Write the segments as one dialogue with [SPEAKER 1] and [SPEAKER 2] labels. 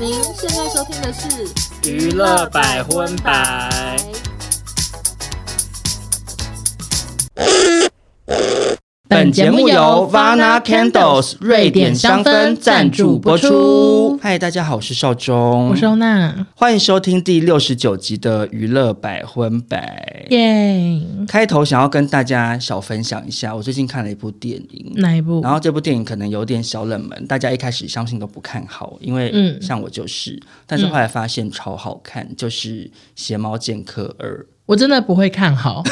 [SPEAKER 1] 您现在收听的是《
[SPEAKER 2] 娱乐百分百》。
[SPEAKER 3] 本节目由 Vana Candles 瑞典香氛赞助播出。嗨，大家好，我是邵忠，
[SPEAKER 1] 我是欧娜，
[SPEAKER 3] 欢迎收听第六十九集的《娱乐百分百》。
[SPEAKER 1] 耶！
[SPEAKER 3] 开头想要跟大家小分享一下，我最近看了一部电影，
[SPEAKER 1] 哪一部？
[SPEAKER 3] 然后这部电影可能有点小冷门，大家一开始相信都不看好，因为
[SPEAKER 1] 嗯
[SPEAKER 3] 像我就是，但是后来发现超好看，就是《邪猫剑客二》。
[SPEAKER 1] 我真的不会看 好。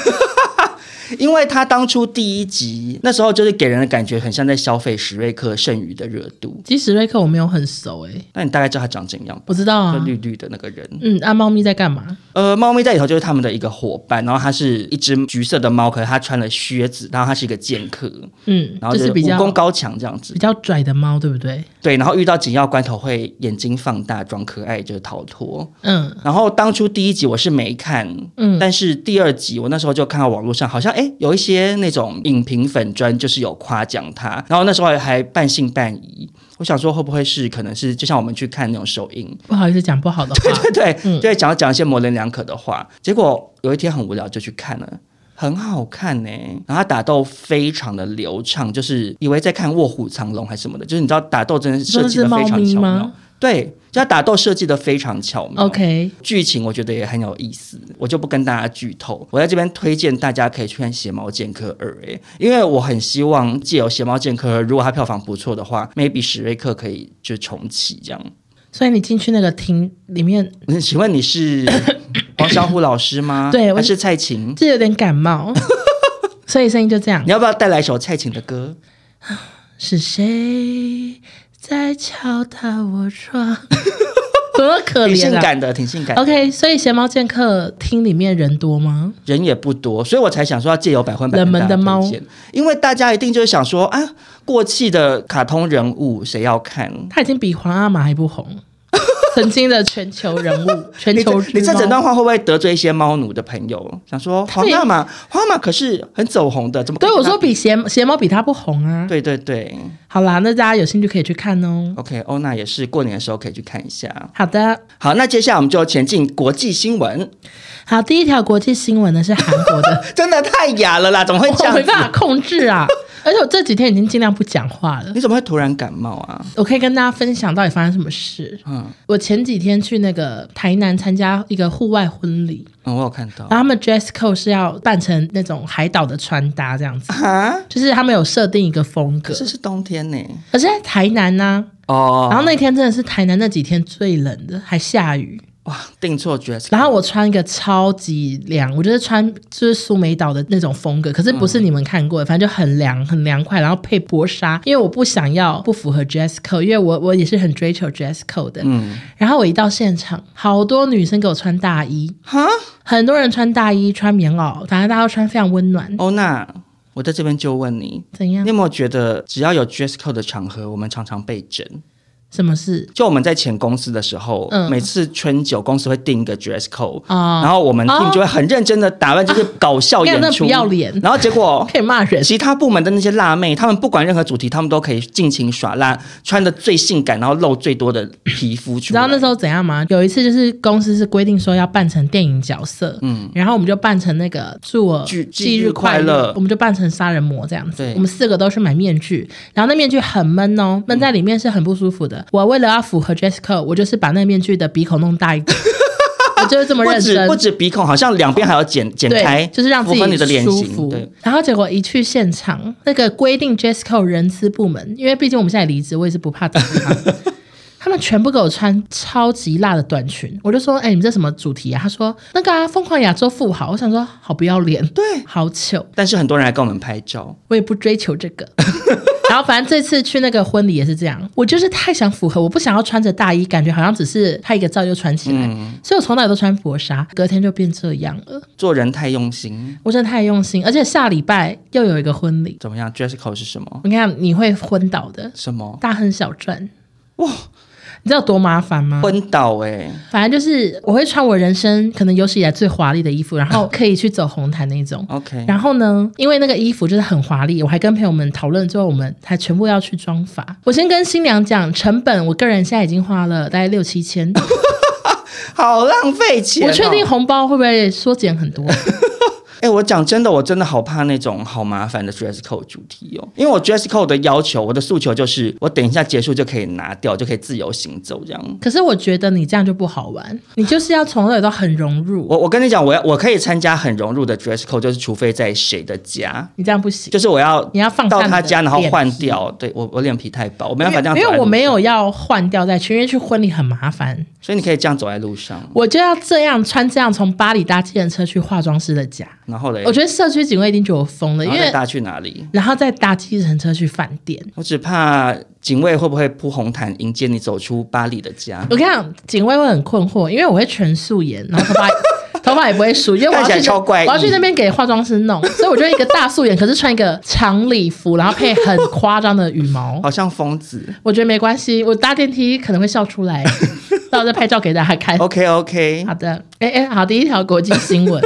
[SPEAKER 3] 因为他当初第一集那时候就是给人的感觉很像在消费史瑞克剩余的热度。
[SPEAKER 1] 其实瑞克我没有很熟诶、
[SPEAKER 3] 那你大概知道他长怎样吧？
[SPEAKER 1] 我知道
[SPEAKER 3] 就
[SPEAKER 1] 啊。
[SPEAKER 3] 绿绿的那个人。
[SPEAKER 1] 嗯，啊，猫咪在干嘛？
[SPEAKER 3] 呃，猫咪在里头就是他们的一个伙伴，然后它是一只橘色的猫，可是它穿了靴子，然后它是一个剑客，
[SPEAKER 1] 嗯，
[SPEAKER 3] 然后
[SPEAKER 1] 就
[SPEAKER 3] 就是
[SPEAKER 1] 比
[SPEAKER 3] 武
[SPEAKER 1] 较
[SPEAKER 3] 功高强这样子
[SPEAKER 1] 比。较拽的猫，对不对？
[SPEAKER 3] 对，然后遇到紧要关头会眼睛放大装可爱，就是逃脱。
[SPEAKER 1] 嗯
[SPEAKER 3] 然后当初第一集我是没看，
[SPEAKER 1] 嗯
[SPEAKER 3] 但是第二集我那时候就看到网络上好像哎有一些那种影评粉专就是有夸奖他，然后那时候还半信半疑，我想说会不会是可能是就像我们去看那种首映，
[SPEAKER 1] 不好意思讲不好的话。
[SPEAKER 3] 对对，
[SPEAKER 1] 嗯
[SPEAKER 3] 就会讲讲一些模棱两可的话。结果有一天很无聊就去看了。很好看呢、然后他打斗非常的流畅，就是以为在看《卧虎藏龙》还是什么的，就是你知道打斗真的设
[SPEAKER 1] 真的
[SPEAKER 3] 计的
[SPEAKER 1] 是猫
[SPEAKER 3] 非常
[SPEAKER 1] 咪
[SPEAKER 3] 巧妙
[SPEAKER 1] 吗，
[SPEAKER 3] 对，就他打斗设计的非常巧妙。
[SPEAKER 1] ？OK，
[SPEAKER 3] 剧情我觉得也很有意思，我就不跟大家剧透。我在这边推荐大家可以去看《邪猫剑客二》诶，因为我很希望借由《邪猫剑客二》，如果它票房不错的话，maybe 史瑞克可以就重启这样。
[SPEAKER 1] 所以你进去那个厅里面，
[SPEAKER 3] 嗯请问 你是黄小虎老师吗？
[SPEAKER 1] 对我
[SPEAKER 3] 还是蔡琴？
[SPEAKER 1] 这有点感 冒，所以声音就这样
[SPEAKER 3] 你。要不要带来一首蔡琴的歌？
[SPEAKER 1] 是谁在敲打我 窗？多么可
[SPEAKER 3] 挺性
[SPEAKER 1] 怜啊
[SPEAKER 3] 感的，挺性感的。
[SPEAKER 1] ！OK，所以《邪猫剑客》厅里面人多吗？
[SPEAKER 3] 人也不多，所以我才想说要借由百分百
[SPEAKER 1] 冷门的
[SPEAKER 3] 跟大
[SPEAKER 1] 猫
[SPEAKER 3] 家推荐，因为大家一定就是想说啊，过气的卡通人物谁要看？
[SPEAKER 1] 他已经比皇阿玛还不 红，曾经的全球人物，全
[SPEAKER 3] 你这
[SPEAKER 1] 球之
[SPEAKER 3] 你这
[SPEAKER 1] 猫
[SPEAKER 3] 整段话会不会得罪一些猫奴的朋友？想说
[SPEAKER 1] 他
[SPEAKER 3] 皇
[SPEAKER 1] 们也
[SPEAKER 3] 阿玛，皇阿玛可是很走红的，怎么可以
[SPEAKER 1] 对我
[SPEAKER 3] 跟
[SPEAKER 1] 说
[SPEAKER 3] 他？
[SPEAKER 1] 比邪邪猫比他不红啊。
[SPEAKER 3] 对对对
[SPEAKER 1] 好啦，那大家有兴趣可以去看哦。
[SPEAKER 3] ，OK，欧娜也是过年的时候可以去看一下。
[SPEAKER 1] 好的，
[SPEAKER 3] 好，那接下来我们就前进国际新闻，
[SPEAKER 1] 好，第一条国际新闻呢是韩国的，
[SPEAKER 3] 真的太哑了啦，怎么会这
[SPEAKER 1] 我
[SPEAKER 3] 样
[SPEAKER 1] 没办法
[SPEAKER 3] 子？
[SPEAKER 1] 控制啊，而且我这几天已经尽量不讲话了。
[SPEAKER 3] 你怎么会突然感冒啊？
[SPEAKER 1] 我可以跟大家分享到底发生什么事。
[SPEAKER 3] 嗯
[SPEAKER 1] 我前几天去那个台南参加一个户外婚礼，
[SPEAKER 3] 嗯，我有看到
[SPEAKER 1] 然后他们 dress code 是要扮成那种海岛的穿搭这样子，
[SPEAKER 3] 啊，
[SPEAKER 1] 就是他们有设定一个风格
[SPEAKER 3] 可。是是冬天呢、
[SPEAKER 1] 可是在台南呢、
[SPEAKER 3] 哦，
[SPEAKER 1] 然后那天真的是台南那几天最冷的，还下雨。
[SPEAKER 3] 哇，订错角色，
[SPEAKER 1] 然后我穿一个超级凉，我就是穿就是苏梅岛的那种风格，可是不是
[SPEAKER 3] 嗯
[SPEAKER 1] 你们看过的，反正就很凉很凉快，然后配薄纱，因为我不想要不符合 dress code，因为我我也是很追求 dress code 的。
[SPEAKER 3] 嗯，
[SPEAKER 1] 然后我一到现场，好多女生给我穿大衣，
[SPEAKER 3] 哈，
[SPEAKER 1] 很多人穿大衣穿棉袄，反正大家都穿非常温暖。
[SPEAKER 3] 欧娜，我在这边就问你，
[SPEAKER 1] 怎样
[SPEAKER 3] 你有？没有觉得只要有 dress code 的场合，我们常常被整？
[SPEAKER 1] 什么事？
[SPEAKER 3] 就我们在前公司的时候，
[SPEAKER 1] 嗯
[SPEAKER 3] 每次春酒公司会定一个 dress code，、
[SPEAKER 1] 哦
[SPEAKER 3] 然后我们 team 就会很认真的打扮，就是搞笑
[SPEAKER 1] 没有
[SPEAKER 3] 演
[SPEAKER 1] 那
[SPEAKER 3] 出，
[SPEAKER 1] 不要脸
[SPEAKER 3] 然后结果
[SPEAKER 1] 可以骂人。
[SPEAKER 3] 其他部门的那些辣妹，她们不管任何主题，她们都可以尽情耍辣，穿的最性感，然后露最多的皮肤
[SPEAKER 1] 你
[SPEAKER 3] 出
[SPEAKER 1] 知
[SPEAKER 3] 来。
[SPEAKER 1] 道那时候怎样吗？
[SPEAKER 3] 嗯
[SPEAKER 1] 有一次就是公司是规定说要扮成电影角色，嗯，然后我们就扮成那个祝我
[SPEAKER 3] 忌
[SPEAKER 1] 忌
[SPEAKER 3] 忌日快乐
[SPEAKER 1] 我们就扮成杀人魔这样子
[SPEAKER 3] 对。嗯
[SPEAKER 1] 我们四个都去买面具，然后那面具很闷哦，闷在里面是很不舒服的。我为了要符合 Jessica，我就是把那面具的鼻孔弄大一 点，我就是这么
[SPEAKER 3] 不
[SPEAKER 1] 认
[SPEAKER 3] 止
[SPEAKER 1] 真
[SPEAKER 3] 不。止鼻孔，好像两边还要剪剪开，
[SPEAKER 1] 对，就是让自
[SPEAKER 3] 符合你的
[SPEAKER 1] 己
[SPEAKER 3] 脸
[SPEAKER 1] 舒
[SPEAKER 3] 型。
[SPEAKER 1] 服
[SPEAKER 3] 对，。
[SPEAKER 1] 然后结果一去现场，那个规定 Jesco 人资部门，因为毕竟我们现在离职，我也是不怕打他们。他们全部给我穿超级辣的短裙，我就说：“哎、你们这什么主题啊？”他说：“那个啊，疯狂亚洲富豪。”我想说，好不要脸，对，好糗，
[SPEAKER 3] 但是很多人来跟我们拍照，
[SPEAKER 1] 我也不追求这 个。然后反正这次去那个婚礼也是这样，我就是太想符合，我不想要穿着大衣，感觉好像只是拍一个照就穿起来，
[SPEAKER 3] 嗯
[SPEAKER 1] 所以我从来都穿薄纱，隔天就变这样了。
[SPEAKER 3] 做人太用心。
[SPEAKER 1] 我真的太用心，而且下礼拜又有一个婚礼，
[SPEAKER 3] 怎么样 d r e s s code 是什么？
[SPEAKER 1] 我跟你讲，你会昏倒的，
[SPEAKER 3] 什么？
[SPEAKER 1] 大亨小传。
[SPEAKER 3] 哇，
[SPEAKER 1] 你知道有多麻烦吗？
[SPEAKER 3] 昏倒哎、
[SPEAKER 1] 反正就是我会穿我人生可能有史以来最华丽的衣服，然后可以去走红毯那种。
[SPEAKER 3] 哦 OK，
[SPEAKER 1] 然后呢，因为那个衣服就是很华丽，我还跟朋友们讨论，最后我们还全部要去妆发。我先跟新娘讲成本，我个人现在已经花了大概六七 千，
[SPEAKER 3] 好浪费钱、哦
[SPEAKER 1] 我确定。红包会不会缩减很多？
[SPEAKER 3] 哎、我讲真的，我真的好怕那种好麻烦的 dress code 主题哦，因为我 dress code 的要求，我的诉求就是我等一下结束就可以拿掉，就可以自由行走这样。
[SPEAKER 1] 可是我觉得你这样就不好玩，你就是要从头到尾都很融入，
[SPEAKER 3] 我我跟你讲，我要我可以参加很融入的 dress code，就是除非在谁的家，
[SPEAKER 1] 你这样不行。
[SPEAKER 3] 就是我要
[SPEAKER 1] 你要放
[SPEAKER 3] 到
[SPEAKER 1] 散
[SPEAKER 3] 他
[SPEAKER 1] 你的
[SPEAKER 3] 家，然后
[SPEAKER 1] 脸
[SPEAKER 3] 换
[SPEAKER 1] 皮
[SPEAKER 3] 掉。对我我脸皮太薄，我没办法这样走
[SPEAKER 1] 因为
[SPEAKER 3] 在
[SPEAKER 1] 我
[SPEAKER 3] 路
[SPEAKER 1] 没
[SPEAKER 3] 上，
[SPEAKER 1] 有要换掉再去，因为去婚礼很麻烦，
[SPEAKER 3] 所以你可以这样走在路上。
[SPEAKER 1] 我就要这样穿这样从巴黎搭计程车去化妆师的家。
[SPEAKER 3] 然后嘞，
[SPEAKER 1] 我觉得社区警卫一定觉得我疯了，因
[SPEAKER 3] 然后再
[SPEAKER 1] 为
[SPEAKER 3] 搭去哪里？
[SPEAKER 1] 然后再搭计程车去饭店。
[SPEAKER 3] 我只怕警卫会不会铺红毯迎接你走出巴黎的家，
[SPEAKER 1] 我跟你讲，警卫会很困惑，因为我会全素颜，然后头 发头发也不会梳，因为我要
[SPEAKER 3] 看起来
[SPEAKER 1] 去那
[SPEAKER 3] 超怪异
[SPEAKER 1] 我要去那边给化妆师弄，所以我就一个大素颜，可是穿一个长礼服，然后配很夸张的羽 毛。
[SPEAKER 3] 好像疯子。
[SPEAKER 1] 我觉得没关系，我搭电梯可能会笑出来，到时候再拍照给大家看。
[SPEAKER 3] OK OK，
[SPEAKER 1] 好的，哎哎，好，第一条国际新闻。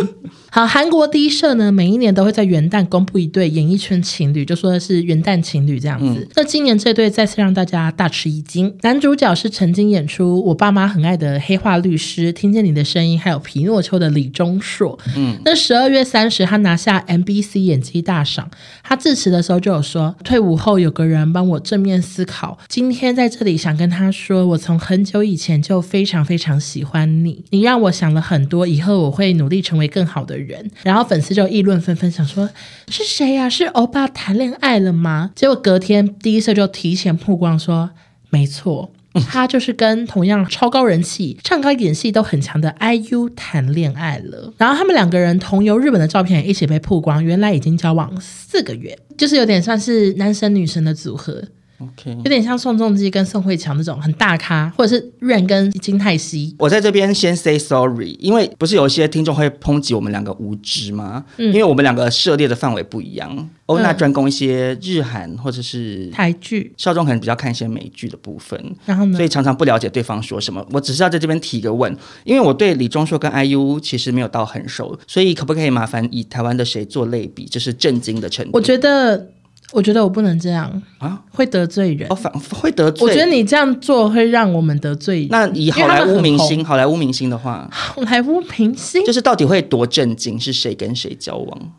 [SPEAKER 1] 好，韩国第一社呢，每一年都会在元旦公布一对演艺圈情侣，就说是元旦情侣这样子。那今年这对再次让大家大吃一惊，男主角是曾经演出《我爸妈很爱的黑化律师》《听见你的声音》还有《皮诺丘》的李钟硕。嗯，那十二月三十，他拿下 MBC 演技大赏。他致辞的时候就有说，退伍后有个人帮我正面思考，今天在这里想跟他说，我从很久以前就非常非常喜欢你，你让我想了很多，以后我会努力成为更好的人。然后粉丝就议论纷纷，想说是谁呀、是欧巴谈恋爱了吗？结果隔天第一社就提前曝光说，没错。他就是跟同样超高人气、 唱歌、演戏都很强的 IU 谈恋爱了，然后他们两个人同游日本的照片也一起被曝光，原来已经交往四个月，就是有点算是男神女神的组合，
[SPEAKER 3] 嗯 OK，
[SPEAKER 1] 有点像宋仲基跟宋慧乔那种很大咖，或者是 Rain 跟金泰熙。
[SPEAKER 3] 我在这边先 say sorry，因为不是有一些听众会抨击我们两个无知吗？
[SPEAKER 1] 嗯
[SPEAKER 3] 因为我们两个涉猎的范围不一样，欧娜专攻一些日韩或者是
[SPEAKER 1] 台剧，
[SPEAKER 3] 少中可能比较看一些美剧的部分。
[SPEAKER 1] 然后呢
[SPEAKER 3] 所？以常常不了解对方说什么。我只是要在这边提个问，因为我对李钟硕跟 IU 其实没有到很熟，所以可不可以麻烦以台湾的谁做类比，就是震惊的程度？
[SPEAKER 1] 我觉得，我觉得我不能这样
[SPEAKER 3] 啊，
[SPEAKER 1] 会得罪人
[SPEAKER 3] 哦，。反会得罪。
[SPEAKER 1] 我觉得你这样做会让我们得罪人。
[SPEAKER 3] 那以好
[SPEAKER 1] 因为
[SPEAKER 3] 莱
[SPEAKER 1] 他们
[SPEAKER 3] 坞
[SPEAKER 1] 很
[SPEAKER 3] 明星，
[SPEAKER 1] 红
[SPEAKER 3] 好莱坞明星的话，
[SPEAKER 1] 好莱坞明星，
[SPEAKER 3] 就是到底会多震惊，是谁跟谁交往？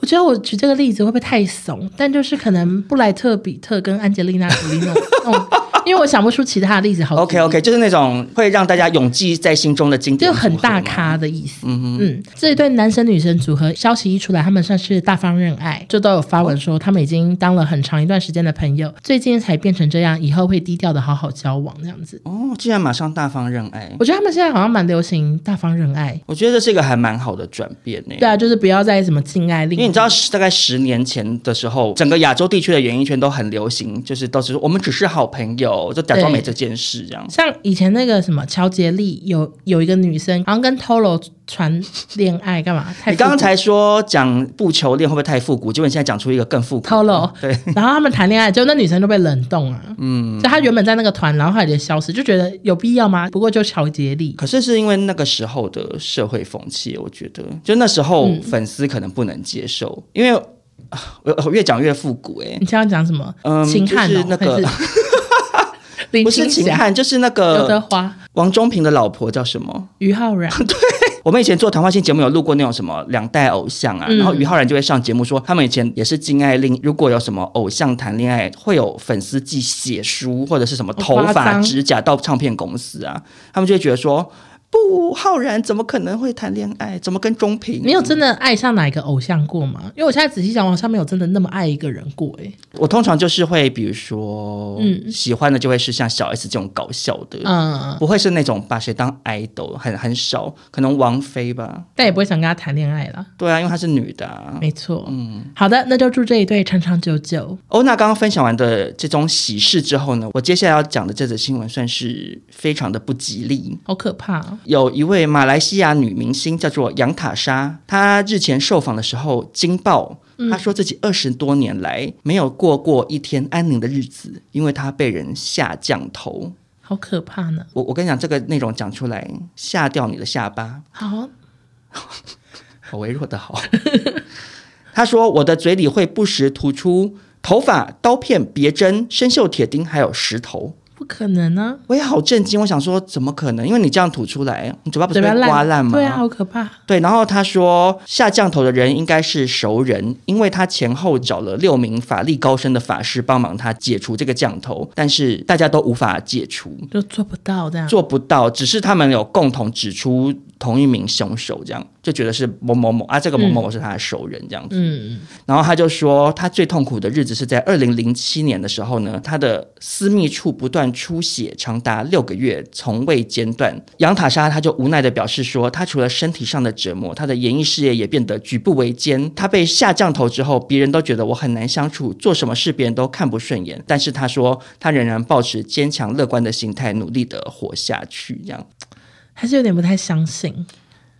[SPEAKER 1] 我觉得我举这个例子会不会太怂？但就是可能布莱特比特跟安吉丽娜朱莉那种那种，因为我想不出其他的例子好举例。
[SPEAKER 3] OK OK，就是那种会让大家永记在心中的经典
[SPEAKER 1] 就
[SPEAKER 3] 组合
[SPEAKER 1] 很大
[SPEAKER 3] 吗。
[SPEAKER 1] 咖的意思，嗯嗯，这一对男神女神组合消息一出来，他们算是大方认爱，就都有发文说他们已经当了很长一段时间的朋友，最近才变成这样，以后会低调的好好交往这样子。
[SPEAKER 3] 哦，竟然马上大方认爱，
[SPEAKER 1] 我觉得他们现在好像蛮流行大方认爱，
[SPEAKER 3] 我觉得这是一个还蛮好的转变欸呢。
[SPEAKER 1] 对啊，就是不要再什么禁爱令，
[SPEAKER 3] 因为你知道，大概十年前的时候，整个亚洲地区的演艺圈都很流行，就是都是说我们只是好朋友，就假装没这件事这样。
[SPEAKER 1] 像以前那个什么乔杰利有有一个女生，好像跟 Tolo 传恋爱干 嘛？太
[SPEAKER 3] 你刚才说讲不求恋会不会太复古？结果你现在讲出一个更复古的。
[SPEAKER 1] Tolo
[SPEAKER 3] 对，
[SPEAKER 1] 然后他们谈恋爱，就那女生就被冷冻啊。嗯，就她原本在那个团，然后后来就消失，就觉得有必要吗？不过就乔杰利，
[SPEAKER 3] 可是是因为那个时候的社会风气，我觉得就那时候粉丝可能不能接受，因为啊我我越讲越复古哎、
[SPEAKER 1] 你现在讲什么？
[SPEAKER 3] 嗯
[SPEAKER 1] 秦汉、哦
[SPEAKER 3] 就是那个
[SPEAKER 1] 还是林
[SPEAKER 3] 不是
[SPEAKER 1] 青
[SPEAKER 3] 秦
[SPEAKER 1] 霞、
[SPEAKER 3] 汉，就是那
[SPEAKER 1] 刘德
[SPEAKER 3] 个
[SPEAKER 1] 华、
[SPEAKER 3] 王中平的老婆叫什么？
[SPEAKER 1] 于浩 然，
[SPEAKER 3] 我们以前做谈话性节目有录过那种什么两代偶像啊，
[SPEAKER 1] 嗯
[SPEAKER 3] 然后于浩然就会上节目说，他们以前也是禁爱令，如果有什么偶像谈恋爱，会有粉丝寄血书或者是什么头
[SPEAKER 1] 好夸
[SPEAKER 3] 发、
[SPEAKER 1] 张
[SPEAKER 3] 指甲到唱片公司啊，他们就会觉得说。不，浩然怎么可能会谈恋爱？怎么跟钟平？
[SPEAKER 1] 你有真的爱上哪一个偶像过吗？因为我现在仔细想，我好像没有真的那么爱一个人过、欸，
[SPEAKER 3] 我通常就是会，比如说，
[SPEAKER 1] 嗯
[SPEAKER 3] 喜欢的就会是像小 S 这种搞笑的，
[SPEAKER 1] 嗯，
[SPEAKER 3] 不会是那种把谁当 idol，很很少，可能王菲吧。
[SPEAKER 1] 但也不会想跟他谈恋爱了。
[SPEAKER 3] 对啊，因为她是女的、啊。
[SPEAKER 1] 没错，嗯，好的，那就祝这一对长长久久。
[SPEAKER 3] 欧娜刚刚分享完的这宗喜事之后呢，我接下来要讲的这则新闻算是非常的不吉利。
[SPEAKER 1] 好可怕、哦！
[SPEAKER 3] 有一位马来西亚女明星叫做杨塔莎，她日前受访的时候惊爆，她说自己二十多年来没有过过一天安宁的日子，因为她被人下降头。
[SPEAKER 1] 好可怕呢。
[SPEAKER 3] 我我跟你讲，这个内容讲出来，吓掉你的下巴。
[SPEAKER 1] 好，
[SPEAKER 3] 好微弱的好。他说：“我的嘴里会不时吐出头发、刀片、别针、生锈铁钉，还有石头。
[SPEAKER 1] 不可能啊！”
[SPEAKER 3] 我也好震惊，我想说怎么可能？因为你这样吐出来，你嘴巴不是
[SPEAKER 1] 嘴
[SPEAKER 3] 被
[SPEAKER 1] 巴
[SPEAKER 3] 刮烂吗？
[SPEAKER 1] 对啊，好可怕。
[SPEAKER 3] 对，然后他说下降头的人应该是熟人，因为他前后找了六名法力高深的法师帮忙他解除这个降头，但是大家都无法解除，
[SPEAKER 1] 就做不到这样，
[SPEAKER 3] 做不到，只是他们有共同指出同一名凶手，这样就觉得是某某某啊，这个某某某是他的熟人这样子。
[SPEAKER 1] 嗯，
[SPEAKER 3] 然后他就说，他最痛苦的日子是在二零零七年的时候呢，他的私密处不断出血，长达六个月，从未间断。杨塔莎他就无奈的表示说，他除了身体上的折磨，他的演艺事业也变得举步维艰。他被下降头之后，别人都觉得我很难相处，做什么事别人都看不顺眼。但是他说，他仍然保持坚强乐观的心态，努力的活下去。这样，
[SPEAKER 1] 还是有点不太相信。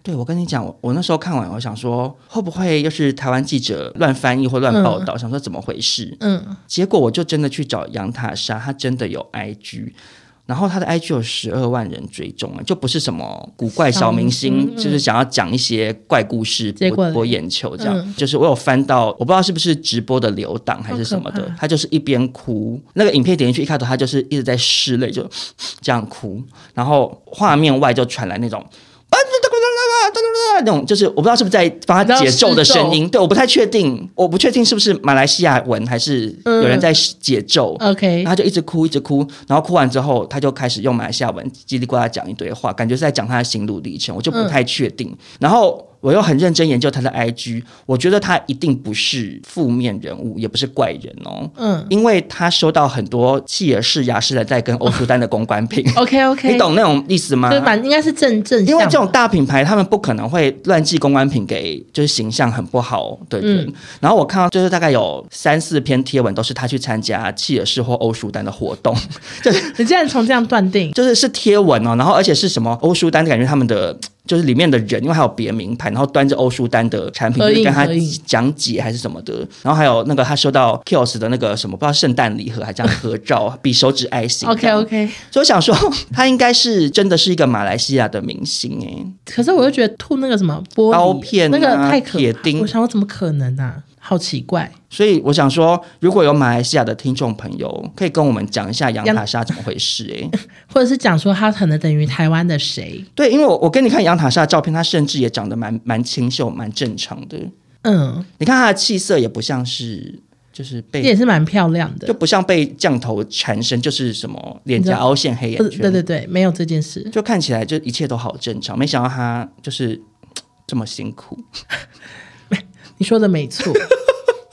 [SPEAKER 3] 对，我跟你讲，我我那时候看完，我想说，会不会又是台湾记者乱翻译或乱报道？想说怎么回事？
[SPEAKER 1] 嗯，
[SPEAKER 3] 结果我就真的去找杨塔莎，她真的有 IG。然后她的 IG 有十二万人追踪，啊就不是什么古怪小明
[SPEAKER 1] 小
[SPEAKER 3] 星，
[SPEAKER 1] 明星嗯
[SPEAKER 3] 就是想要讲一些怪故事
[SPEAKER 1] 结果
[SPEAKER 3] 博
[SPEAKER 1] 嘞
[SPEAKER 3] 博眼球这样。
[SPEAKER 1] 嗯
[SPEAKER 3] 就是我有翻到，我不知道是不是直播的留档还是什
[SPEAKER 1] 好
[SPEAKER 3] 么
[SPEAKER 1] 可
[SPEAKER 3] 的
[SPEAKER 1] 怕，
[SPEAKER 3] 她就是一边哭，那个影片点进去一开头，她就是一直在拭泪，就 这样哭，然后画面外就传来那种。那种就是我不知道是不是在帮他解咒的声嗯音，对，我不太确定，我不确定是不是马来西亚文还是有
[SPEAKER 1] 嗯
[SPEAKER 3] 人在解咒，
[SPEAKER 1] OK，
[SPEAKER 3] 然后他就一直哭一直哭，然后哭完之后他就开始用马来西亚文叽里呱啦讲一堆话，感觉是在讲他的心路历程，我就
[SPEAKER 1] 嗯
[SPEAKER 3] 不太确定。然后我又很认真研究他的 IG，我觉得他一定不是负面人物，也不是怪人哦，
[SPEAKER 1] 嗯
[SPEAKER 3] 因为他收到很多契尔氏雅诗兰黛跟欧舒丹的公关 品，
[SPEAKER 1] ，OK 哦 OK，
[SPEAKER 3] 你，懂那种意思吗？
[SPEAKER 1] 对吧？应该是正正向的，
[SPEAKER 3] 因为这种大品牌，他们不可能会乱寄公关品给就是形象很不好的人。然后我看到就是大概有三四篇贴文都是他去参加契尔氏或欧舒丹的活动，
[SPEAKER 1] 你竟然从这样断定，
[SPEAKER 3] 就是是贴文哦，然后而且是什么欧舒丹，感觉他们的。就是里面的人，因为还有别名牌，然后端着欧舒丹的产品，
[SPEAKER 1] 合
[SPEAKER 3] 就
[SPEAKER 1] 影
[SPEAKER 3] 是跟他
[SPEAKER 1] 合影
[SPEAKER 3] 讲解还是什么的。然后还有那个他收到 Kills 的那个什么，不知道圣诞礼盒，还这样合照，比手指爱心这
[SPEAKER 1] OK
[SPEAKER 3] 样。
[SPEAKER 1] OK，
[SPEAKER 3] 所以我想说，他应该是真的是一个马来西亚的明星哎、
[SPEAKER 1] 可是我又觉得吐那个什么玻璃
[SPEAKER 3] 刀片
[SPEAKER 1] 那
[SPEAKER 3] 啊
[SPEAKER 1] 个太可
[SPEAKER 3] 铁
[SPEAKER 1] 怕，
[SPEAKER 3] 钉
[SPEAKER 1] 我想我怎么可能啊？好奇怪，
[SPEAKER 3] 所以我想说，如果有马来西亚的听众朋友，可以跟我们讲一下杨塔莎怎么回事、欸？哎，
[SPEAKER 1] 或者是讲说他可能等于台湾的谁？
[SPEAKER 3] 对，因为我我跟你看杨塔莎的照片，她甚至也长得蛮蛮清秀、蛮正常的。
[SPEAKER 1] 嗯，
[SPEAKER 3] 你看她的气色也不像是，就是
[SPEAKER 1] 也
[SPEAKER 3] 被
[SPEAKER 1] 是蛮漂亮
[SPEAKER 3] 就
[SPEAKER 1] 的，
[SPEAKER 3] 不像被降头缠身，就是什么脸颊凹陷、黑眼
[SPEAKER 1] 不
[SPEAKER 3] 圈，
[SPEAKER 1] 是呃对对对，没有这件事，
[SPEAKER 3] 就看起来就一切都好正常。没想到她就是嘖这么辛苦。
[SPEAKER 1] 你说的没 错。